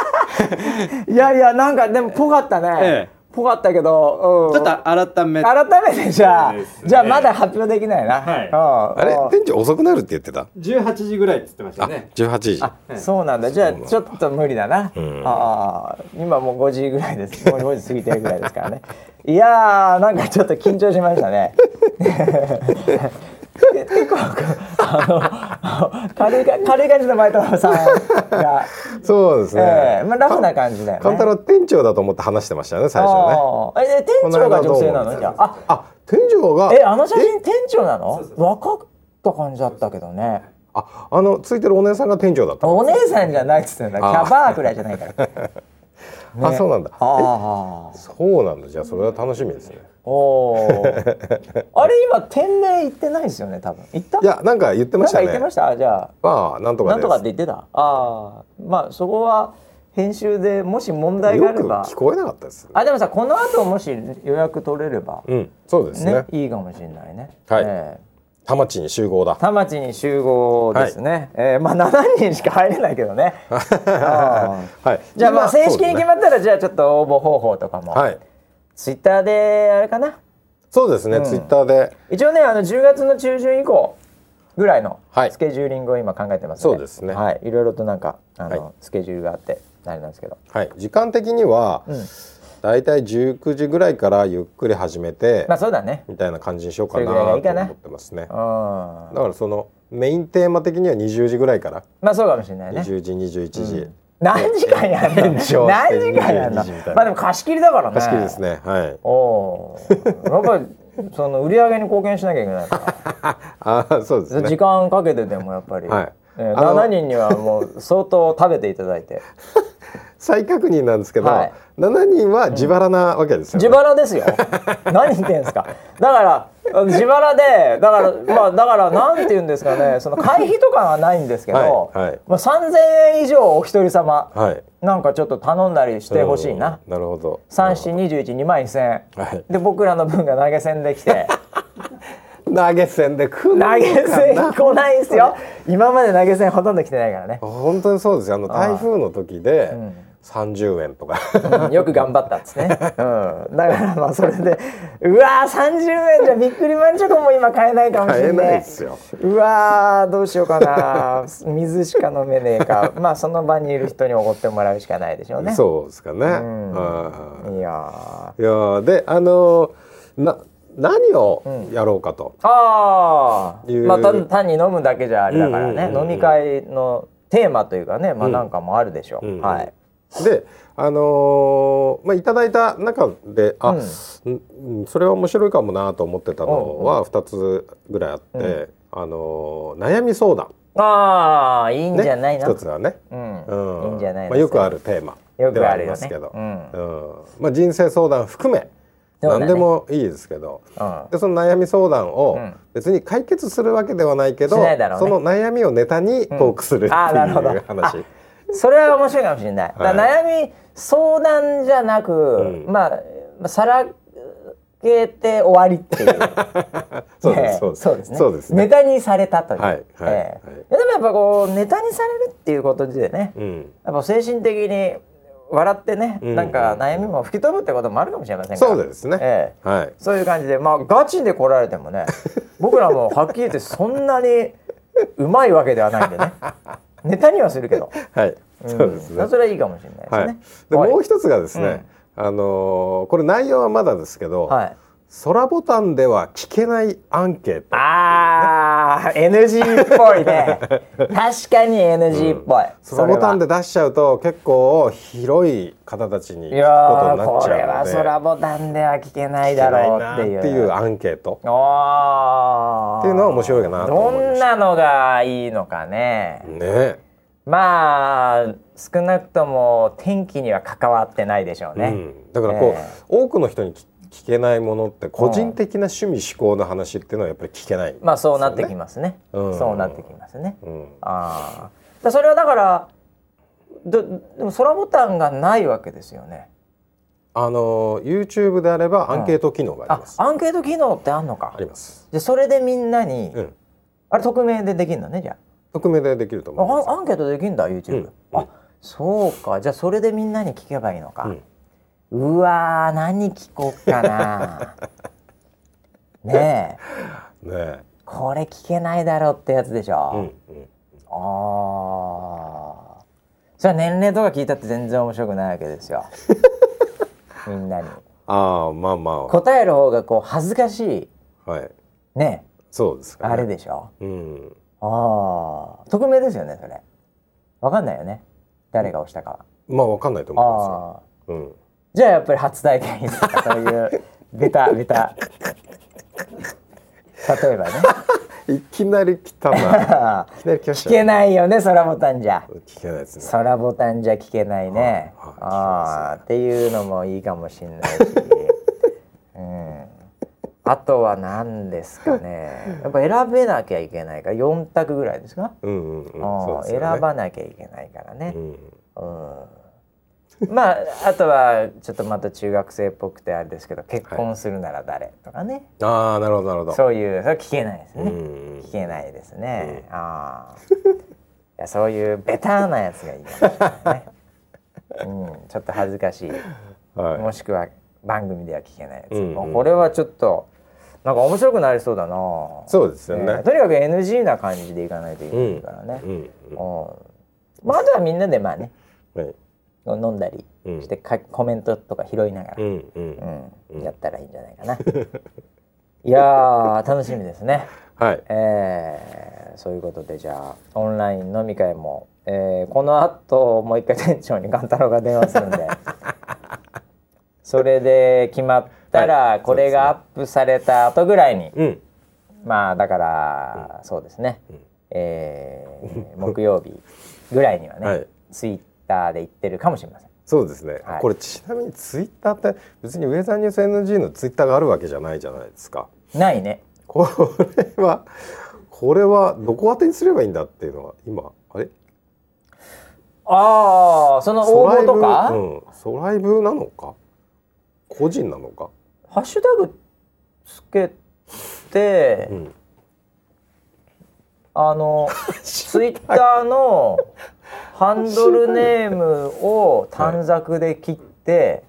い
いやいやなんかでもぽかったね
ええ。
ぽかったけど、
ち
うん
ょっと改めて
改めてじゃあ
そうですね
じゃあまだ発表できないな。
はい
あ
あれ店長遅くなるって言ってた
18時ぐらいって言ってまし
あ
たね
18時
はい
そうなんだ。じゃあちょっと無理だな。
ん
ああ、今もう5時ぐらいです。もう5時過ぎてるぐらいですからね。 いやー、なんかちょっと緊張しましたね。結構あの軽いか軽い感じのバイトさんが、
そうですね
ええまあラフな感じだよね。
勘太郎店長だと思って話してましたよね最初ね
あーええ店長が女性なのじゃあ。あ
あ店長が
えあの写真店長なの？若かった感じだったけどね。
ああのついてるお姉さんが店長だった
お姉さんじゃないっつってんだ。キ
あー
ャバーくらいじゃない から。
あそうなんだ
ああ。
そうなんだじゃあそれは楽しみですね
おお。 あれ今店名言ってないですよね多分。言った？
いやなんか言ってま
なん
した
か
ね
言ってました。あじゃ
まあなんと
あ
か
な
で
ん
す
とかって言ってた。ああ。まあそこは編集でもし問題があ
よ
れ
く
ば。
聞こえなかったです
あでもさこの後もし予約取れれば
うんそうです
ね
ね
いいかもしれないね。
はい
ええ
田町に集合だ
田町に集合ですね。ええまあ7人しか入れないけど ね。ああ
はい
じゃあまあ
今
正式に決まったら、じゃあちょっと応募方法とかも、
そうですねはい
ツイッターであれかな
そうですねツイッターで
一応ねあの10月の中旬以降ぐらいの
はい
スケジューリングを今考えてますね、
そうですね
はいいろいろとなんかあの、
はい
スケジュールがあってあれなんですけど
はい時間的にはだいたい19時ぐらいからゆっくり始めて
まあそうだね
みたいな感じにしようか
それ
な
ぐらいがいい
と
かな
思ってますね
うんま
だからそのメインテーマ的には20時ぐらいから
あそうかもしれないね
20時21時
何時間やんの何
延
時
長して
間やんの
22時みたいな
まあでも貸し切りだからね
貸し切りですねはい
おおーやっぱりその売り上げに貢献しなきゃいけないから
あーそうですね
時間かけてでもやっぱり、
はい
えー
あの
7人にはもう相当食べていただいて
再確認なんですけど、
はい
7人は自腹なわけですよ、ね
自腹です よ何言ってんすかだからあの自腹でだからまあだからなんて言うんですかねその会費とかはないんですけど、
はいはい
まあ、3,000円以上お一人様、
はい
なんかちょっと頼んだりしてほしいな、
うんなるほど
3421万1000円、
はい
で僕らの分が投げ銭でき て
投げ銭で来るの
投
か
げ銭
な
来ないですよ今まで投げ銭ほとんど来てないからね
本当にそうですよあの台風の時で30円とか、
うんよく頑張ったっつってね、う ん、だからまあそれでうわー30円じゃびっくりマンチョコも今買えないかもしれ
買え
な
ないいですよ
うわーどうしようかな 水しか飲めねえかまあその場にいる人におごってもらうしかないでしょうね
そうですかね、
ん
あ
いやー
ーいやーであのーな何をやろうかと、
ああ
いう
まあ単単に飲むだけじゃあれだからね、
うんうんうんうん
飲み会のテーマというかねまあなんかもあるでしょう、
うんうん
はい
であのーまあいただいた中であ、
うん
んうんそれは面白いかもなと思ってたのは2つぐらいあって、あのー悩み相談
ああいいん
ね
じゃないな、
一つはね、
うん
うん
いいんじゃないですか
まあ、よくあるテーマ
よ
で
く
は
あ
あ
るよ
り
ね
ますけど、
うん
うんまあ、人生相談含め、
そうだね
何でもいいですけど
うん
でその悩み相談を
うん
別に解決するわけではないけど、
しないだろうね
その悩みをネタにトークするっていう
あーなるほど
話。
それは面白いかもしれない、だから悩み相談じゃなく、
ん
まあまあさらけて終わりっていう
そうで
ええ
す、
そ
そうう
で
ですす、
ね
そうです
ネタにされたという、
はいはい
ええ
はい
でもやっぱこうネタにされるっていうことでね、
うん、
やっぱ精神的に笑ってね、
ん
なんか悩みも吹き飛ぶってこともあるかもしれませんから
そうですね、
ええ
はい。
そういう感じでまあガチで来られて もね僕らもはっきり言ってそんなにうまいわけではないん でねネタにはするけど、
はい、
うん
そうですね。
それはいいかもしれないですね、
はい。で、
はい
もう一つがですね、あのーこれ内容はまだですけど、
はい
空ボタンでは聞けないアンケート。
あ ー NG っぽい ね確かに NG っぽい、それ
空
は
ボタンで出しちゃうと結構広い方たちに
い
聞くこと
や
に
ー
なっ
こ
ち
れは
ゃ
空
うので。
ボタンでは聞けないだろうっていう
聞けないなっていうアンケート
あー
っていうのは面白いかなと思い
ど
ま
ん
し
なのがいいのかね
た。ね。
まあ少なくとも天気には関わってないでしょう
う
ね、
ん。だからこう、
ええ
多くの人に聞聞けないものって個人的な趣味嗜好の話っていうのはやっぱり聞けない。
まあそうなってきますね
うん
そうなってきますね、
うん。
ああだそれはだからどでも空ボタンがないわけですよね
あのー YouTube であればアンケート機能があり
あ
ます。
アンケート機能ってあんのか
あります。
でそれでみんなに、
うん。
あれ匿名でできるのねじゃあ
匿名でできると思います。
あアンケートできんだ YouTube、
うん
あそうかじゃあそれでみんなに聞けばいいのか
ん、
うわー何聞こっか なねえ
ね
これ聞けないだろうってやつでし
え、うん
ょ、
うん、
ああそれは年齢とか聞いたって全然面白くないわけです よみんなに
ああまあま
答える方がこう恥ずかしい
あはい
ね
そうですか、ね、
あれでしょ
うん
ああ匿名ですよねそれわかんないよね誰が押したかは
まあわかんないと思
ああ
いますよ、
じゃあやっぱり初体験ですかそう いうベタベタ例えばね
うん、いきなり来たな いきなり来まし
聞
たね
けないよね空ボタンじゃ
聞けないですね
空ボタンじゃ聞けないね、
はいはい
ああーっていうのもいいかもしんないし、うん、あとは何ですかねやっぱ選べなきゃいけないから4択ぐらいですか、
うんうんうん
あ
そう
ー
ですよね
選ばなきゃいけないからね、
うん
うんまああとはちょっとまた中学生っぽくてあれですけど結婚するなら誰とかね、
ああなるほどなるほど
そういうそれ聞けないですね、
うん
聞けないですね、ああいやそういうベターなやつがいいかもしれ ないね、うん、ちょっと恥ずかしい
は
もしくは番組では聞けないやつ、
うんうん
もうこれはちょっとなんか面白くなりそうだな
そうですよね
ええとにかく NG な感じでいかないといけないからね、
い、うん
うんまあ、あとはみんなでまあね
うん、はい
飲んだりして、かコメントとか拾いなが
う
ら、
んうん
うんやったらいいんじゃないかないやー楽しみですね、
はい
えーそういうことでじゃあオンライン飲み会も、えーこのあともう一回店長に勘太郎が電話するん でそれで決まったら、
はい
これがアップされた後ぐらいに、
うん
まあだから、そうですね、えー木曜日ぐらいにはね、
はい
ツイッターで言ってるかもしれません。
そうですね、
はい
これちなみにツイッターって別にウェザーニュース NG のツイッターがあるわけじゃないじゃないですか
ないね。
これはこれはどこ宛てにすればいいんだっていうのは今あれ
ああ、その応募とか、
ソライブ、うん、ソライブなのか個人なのか、
ハッシュタグつけて、
うん、
あのツイッターのハンドルネームを短冊で切って、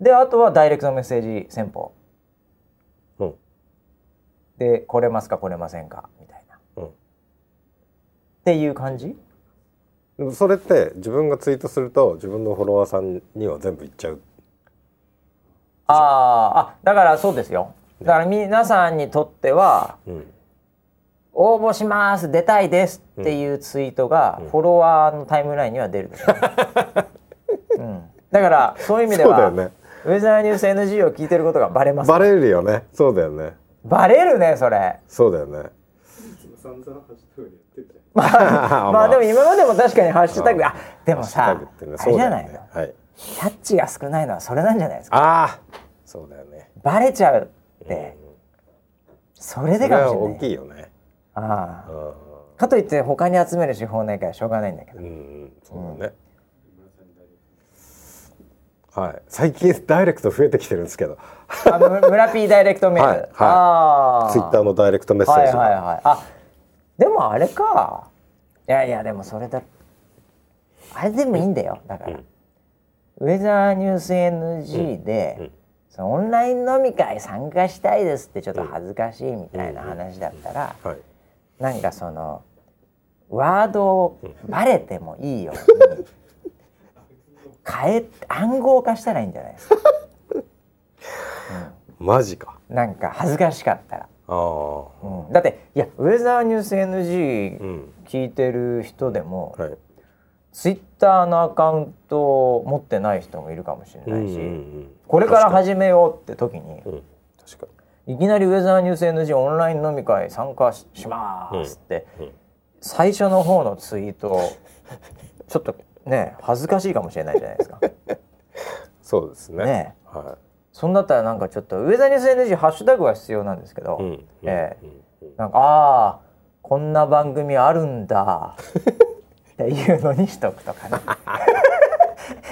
であとはダイレクトメッセージ先方
うん
で来れますか来れませんかみたいな、
うん
っていう感じ
でもそれって自分がツイートすると自分のフォロワーさんには全部いっちゃう
あーあだからそうですよだから皆さんにとっては
うん
「応募します出たいです」っていうツイートがフォロワーのタイムラインには出るでしょうね、うん、だからそういう意味で
そうだよ
は、
ね
ウェザーニュース NG を聞いてることがバレます
バレるよねそうだよね
バレるねそれ
そうだよね
散々ハッシュタグでやってるじゃん
ま
まあでも今までも確かにハッシュタグあでも
ハッシュタ
さ、
グって
あ
ね
れ
そう
じゃ
だよ
ない
ね
の
はい
キャッチが少ないのはそれなんじゃないですか
ああそうだよね
バレちゃうって、それで
それ
かも
は
しれない
大きいよね
あ
う
あ
ん
かといって他に集める手法ないからしょうがないんだけど
うんそうだね、はい最近ダイレクト増えてきてるんですけど
あむ村 P ダイレクトメール、
はいはい
ああ
ツイッターのダイレクトメッセ
は
ー
い
ジ
はいはいあでもあれかいやいやでもそれだあれでもいいんだよだから、ウェザーニュース NG で、そのオンライン飲み会参加したいですってちょっと恥ずかしいみたいな話だったら、
はい、
なんかそのワードをバレてもいいよう に変え暗号化したらいいんじゃないですか
マジか
なんか恥ずかしかったら。
ああ
うんだっていやウェザーニュース NG
うん
聞いてる人でも、
はい
ツイッターのアカウントを持ってない人もいるかもしれないし、
うん
これから始めようって時に
うんうん確かに
いきなりウェザーニュース NG オンライン飲み会参加ししますって、
うんうん
最初の方のツイートちょっとね恥ずかしいかもしれないじゃない ですか。
そうですね
ね
は
そんだったらなんかちょっとウェザーニュース NG ハッシュタグは必要なんですけど、
い、うん
ええ
うんうん
なんかああこんな番組あるんだっていうのにしとくとかね。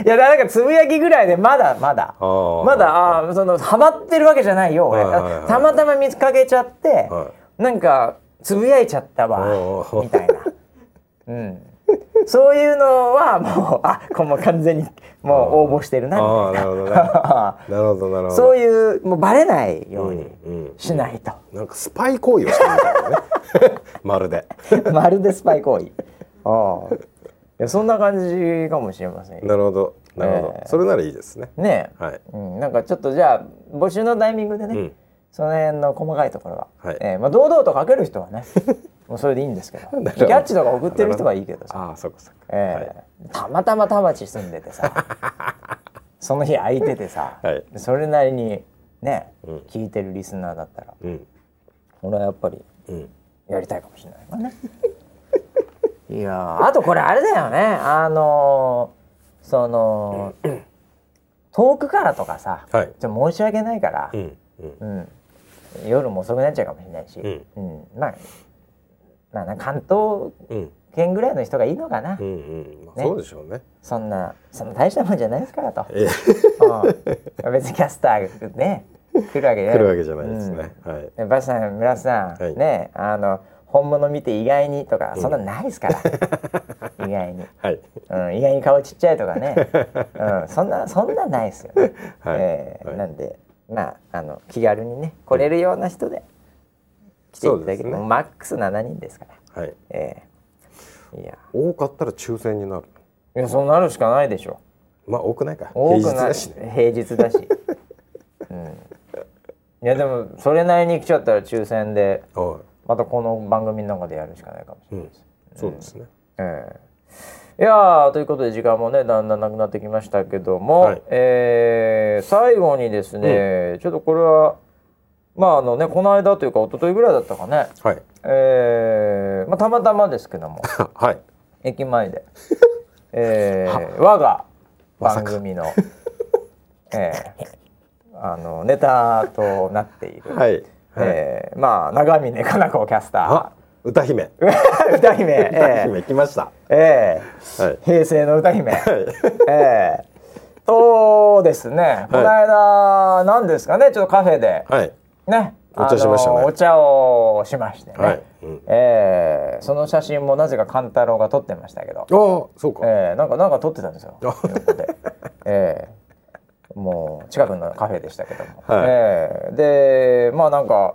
いやだからなんかつぶやきぐらいでまだまだ
あー
まだあーそのハマってるわけじゃないよ俺、
はいはいはい
たまたま見かけちゃって、
は
なんかつぶやいちゃった
お
わ
ー
みたいな、うん、そういうのはもうあこれもう完全にもう応募してるなみ
ああ
た
ないる
な
ほどねなるほどなるほど
そういうもうバレないように
うんうん
しないと。
なんかスパイ行為をしてるみたいなね まるで
まるでスパイ行為。ああ。いやそんな感じかもしれませんよ。
なるほどなるほど、
ええ
それならいいですね
ねえ、
はい
うん、なんかちょっとじゃあ募集のタイミングでね、
うん
その辺の細かいところは、
はい
ええまあ堂々と書ける人は ね、もうそれでいいんですけど、キ
なるほど
ャッチとか送ってる人はいいけどさ、
ああそっかそっか
ええたまたま田町住んでて さ、その日空いててさ、
はい
それなりにね、
うん
聞いてるリスナーだったら、
うん
俺はやっぱり
うん
やりたいかもしれないね。いやーあとこれあれだよねあのーその遠くからとかさ、
はい
ちょっと申し訳ないから
う、んうん
うん夜も遅くなっちゃうかもしれないし、
うん
うんまあまあな関東
うん
圏ぐらいの人がいいのかな、
うんうんまあ
ね
そうでしょうね
そんなそんな大したもんじゃないです からと、
ええ
うん別にキャスターがね来るわけじゃない
来るわけじゃないですね、はい
ねバシさん村瀬さん、
はい
ねあの本物見て意外にとかそんなのないですから、 意外に、
はい
うん、意外に顔ちっちゃいとかね、うん、そんなそんなないですよね、
はい
えー
はい
なんでまああの気軽にね来れるような人で来ていただけ
そう
る、
ですね
マックス7人ですから、
はい
えーいや
多かったら抽選になる
いやそうなるしかないでしょ
まあ多くないか
多く
平日
ない
だしね
平日だし、うん、いやでもそれなりに来ちゃったら抽選で
は
またこの番組の中でやるしかないかもし
い、
れ
う
ない
ん
です、、
そうですね、
ええいやーということで時間もねだんだんなくなってきましたけども、
はい
えー最後にですね、ちょっとこれはまああのねこの間というか一昨日ぐらいだったかね、
はい。
えーまあ、たまたまですけども
はい。
駅前で、えー、我が番組の、 えー、あのネタとなっている、
はい。はい。
えーまあ長峰かな子キャス タ、
あ歌姫。
ー歌姫、
歌
えー
姫来ました。
えー
はい
平成の 歌姫、
はい。
えー、とですねこの間何ですかねちょっとカフェで
はい。
ね
お茶しましたね
あのお茶をしましてね、
はいうん
えーその写真もなぜか勘太郎が撮ってましたけど、
ああ、そうか。
えーなんかなんか撮ってたんですよ
あ
横で、えーもう近くのカフェでしたけども、
はい
えーでまあなんか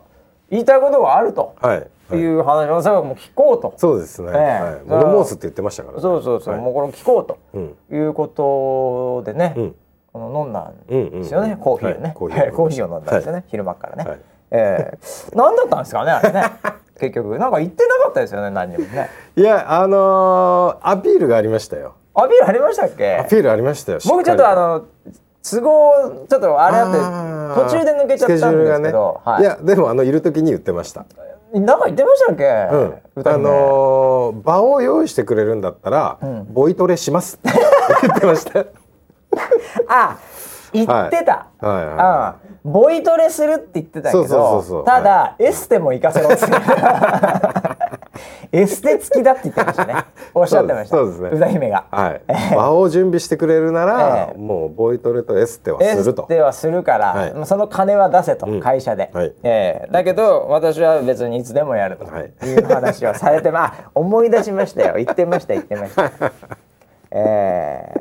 言いたいことがあると
はい。はい
いう話をそれはもう聞こうと、
そうですね。
ええ
はい。
だから
物申すって言ってましたからね。
そうそうそう、
はい
もうこれ聞こう
うん。
ということでね、
うん。
この飲んだん
うんうんうん
ですよね、コーヒーをね、
はい
コ
コ
ー
ー
ヒ
ヒ
ー
ー
を
を
飲んだんですよね、昼間っからね、
はい
えー何だったんですかねあれ ね結局なんか言ってなかったですよね何にもね
いや、あのーアピールがありましたよ。
アピールありましたっ
アピ
け
ールありましたよ。
僕ちょっ
し
と
か
あ
り
の都合ちょっとあれ
あ
あって
ー
途中で抜けちゃったんですけど、
スケジュールがね、
はい
やでもあのいる時に言ってました、
いなんか言ってましたっけ、
うん
歌
あ
姫
のー場を用意してくれるんだったら、ボイトレします って言ってましたよ
あ言ってた、
はいはいはいは
うんボイトレするって言ってたけ
そうそうそうそ
ど
う
ただ、エステも行かせろ ってエステ付きだって言ってましたねおっしゃってました
そうですそうですね
歌姫が、
はい場を準備してくれるなら、
ええ
もうボイトレとエステは
エ
する
ス
と
テはするから、
はい
まあその金は出せと、
ん
会社で、
はい
ええだけど私は別にいつでもやると
はい
いう話をされて、まあ思い出しましたよ言ってました言って ましたえ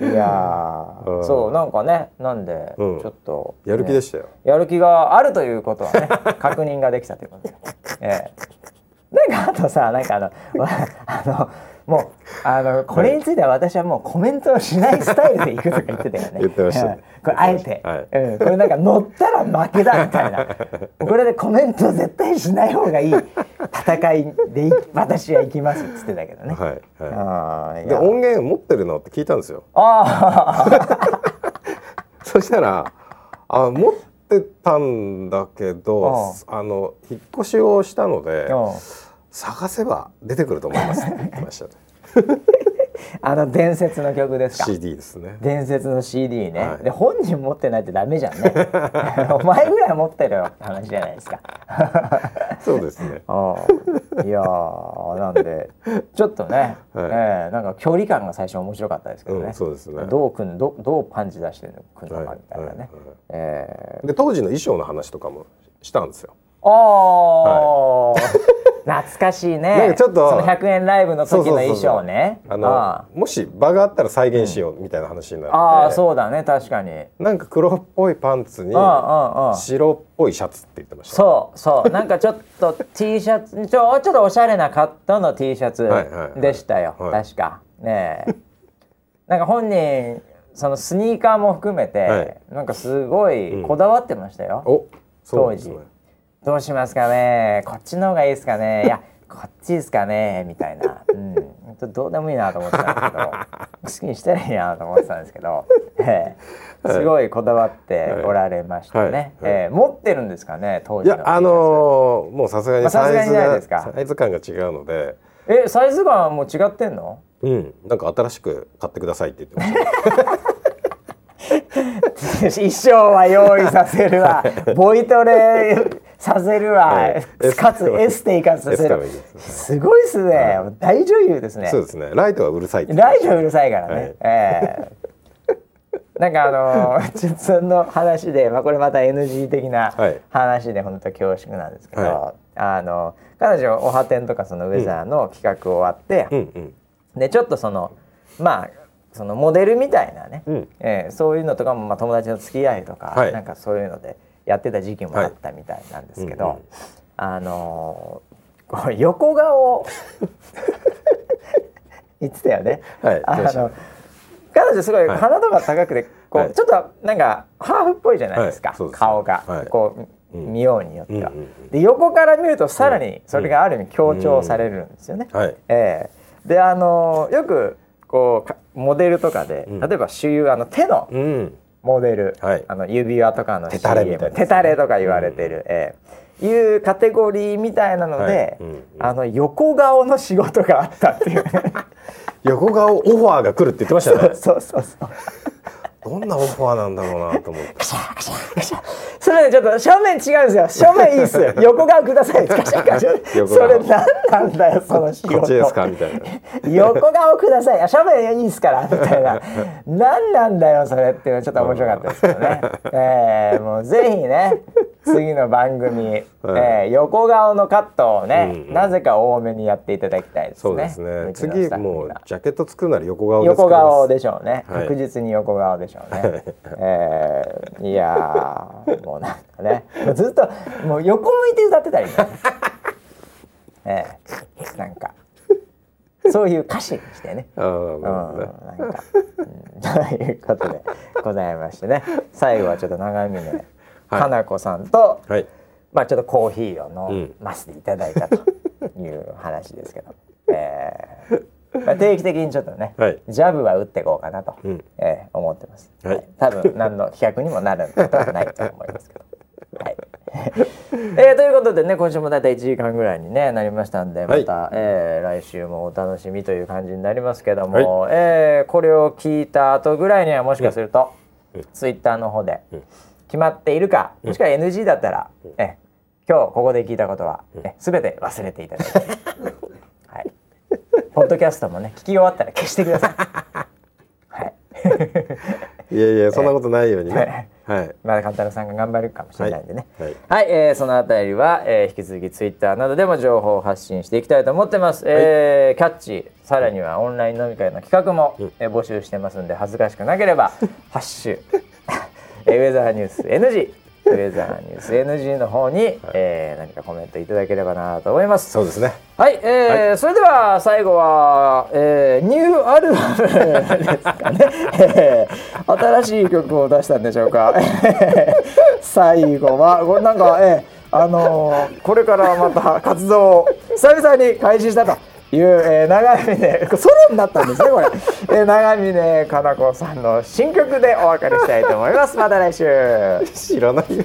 えいやー
うん
そうなんかねなんで、
うん
ちょっと
やる気でしたよ、
やる気があるということは ね確認ができたということで、ええなんかあとさなんかあのあのもうあのこれについては私はもうコメントをしないスタイルでいくとか言ってたよね
言ってましたね
うんこれあえて、
はい
うん、これなんか乗ったら負けだみたいなこれでコメント絶対しない方がいい戦いでい私は行きますっつってたけどね、
はいは
あー
い
い
で
や
音源持ってるのって聞いたんですよ
あー
そしたらあ持ってたんだけどあの引っ越しをしたので
うん
探せば出てくると思いますって言って ましたね
あの伝説の曲ですか
CD ですね
伝説の CD ね、
はい
で本人持ってないとダメじゃんね お前ぐらい持ってるよって話じゃないですか
そうですね
ああいやーなんでちょっとね、
はい
ええなんか距離感が最初面白かったですけどね、
うんそうですね
どうくんどどうパンチ出してるのくんのかみたいなね、
はいはい
ええ
で当時の衣装の話とかもしたんですよ。
ああ、懐かしいね
なんかちょっと
その100円ライブの時の衣装ね
あの
あ
もし場があったら再現しようみたいな話になって、
あああそうだね確かに、
なんか黒っぽいパンツに
ああああああ
白っぽいシャツって言ってました。
そうそうなんかちょっと T シャツちょちょっとおしゃれなカットの T シャツ
はいはいはい
でしたよ、
はい
確かねえ なんか本人そのスニーカーも含めて、
はい
なんかすごいこだわってましたよ、
おそうなんですね
当時。どうしますかねこっちの方がいいですかねいやこっちですかねみたいな、うん、ほんとどうでもいいなと思ってたんです けど好きにしてないいなと思ってたんですけど、ええすごいこだわっておられましたね、
はいはい
ええ持ってるんですかね当
い
時の T シャ
や
ツ
あのーもうさすが
まあ
に
さすが
サ
に
イズが、
ないですか
サイズ感が違うので、
えサイズ感はもう違ってんの
うんなんか新しく買ってくださいって言ってました。
衣装は用意させるわボイトレさせるわ、
はい
かつエステ行かせ
エステ
る
もいいですね
すごいっすね、大女優ですね
そうですね。ライトはうるさいって言ってま
ラ
し
ジオうるさいからね、
はい
ええなんかあのー ちょっとその話で、まあ、これまた NG 的な
はい
話で本当恐縮なんですけど、
は
あの彼女おはてんとかそのウェザーの企画終わって、
た。うん
でちょっとそのまあそのモデルみたいなね、
うん
えーそういうのとかも、まあ、友達の付き合いとか、
はい
なんかそういうのでやってた時期もあったみたいなんですけど、
はいうんうん
あのーこう横顔 言ってたよね。
はい
あ
言ってました
の彼女すごい
はい
鼻とか高くて、こう、
はい
ちょっとなんかハーフっぽいじゃないですか、
はいそうですね
顔が、
はい
こう
うん
見ようによっては、
うんうん
で横から見るとさらにそれがある意味強調されるんですよね。
うんはい
ええであのよくこうかモデルとかで、
ん
例えば主優あの手の
うんうん
モデル、
はい
あの指輪とかの CM
手垂れみたいなやつね
手垂れとか言われてる、ええいうカテゴリーみたいなので、
はいうんうん
あの横顔の仕事があったって いうね
横顔オファーが来るって言ってましたね
そうそうそう
どんなオファーなんだろうな と思って
カシャカシャカシャそれねちょっと正面違うんですよ正面いいっす よ横顔くださいカシャカシャ
横
そ
顔
れ何なんだよその仕事
こっちですかみたいな
横顔くださいあ正面いいっすからみたいな何なんだよそれっていうのはちょっと面白かったですけど ね、えーもうぜひね次の番組、えー横顔のカットをね、
うんうん
なぜか多めにやっていただきたいですね
そうですね
うちの
次
スタッフ
もう
が
ジャケット作るなら横顔です
横顔ですしょうね、
はい
確実に横顔でしょうね、えーいやーもうなんかねもうずっともう横向いて歌ってたりね、えーなんかそういう歌詞にして ね
あー
うん、
まあね
なんか、うん、 ということでございましてね最後はちょっと長峰、かなこさんと、
はい
まあちょっとコーヒーを
う
飲
ん
ませていただいたという話ですけど、 えーまあ、定期的にちょっとね、
はい
ジャブは打っていこうかなと、
うん
えー思ってます、
はい
多分何の企画にもなることはないと思いますけど。はいえーということでね今週も大体1時間ぐらいに、ね、なりましたんでまた、えー来週もお楽しみという感じになりますけども、えーこれを聞いた後ぐらいにはもしかすると、ツイッターの方で決まっているか、もしくは NG だったら、え今日ここで聞いたことは、え全て忘れていただいて、はい、ポッドキャストもね聞き終わったら消してください。はい、
いやいやそんなことないようにねはい
まだ勘太郎さんが頑張るかもしれないんでね。は
はいい、
えーそのあたりは、えー引き続きツイッターなどでも情報を発信していきたいと思ってます。えーキャッチ、さらにはオンライン飲み会の企画も、えー募集してますんで、恥ずかしくなければ、ハッシュ、 えーウェザーニュース NG、ウェザーニュース NG の方に、えー何かコメントいただければなと思います。
そうですね
はい、えーそれでは最後は、えーニューアルバムですかね、 えー新しい曲を出したんでしょうか 最後はこれなんか、えーあのーこれからまた活動を久々に開始したという、えー、長峰ソロになったんですねこれ、えー長峰かな子さんの新曲でお別れしたいと思いますまた来週
知らないよ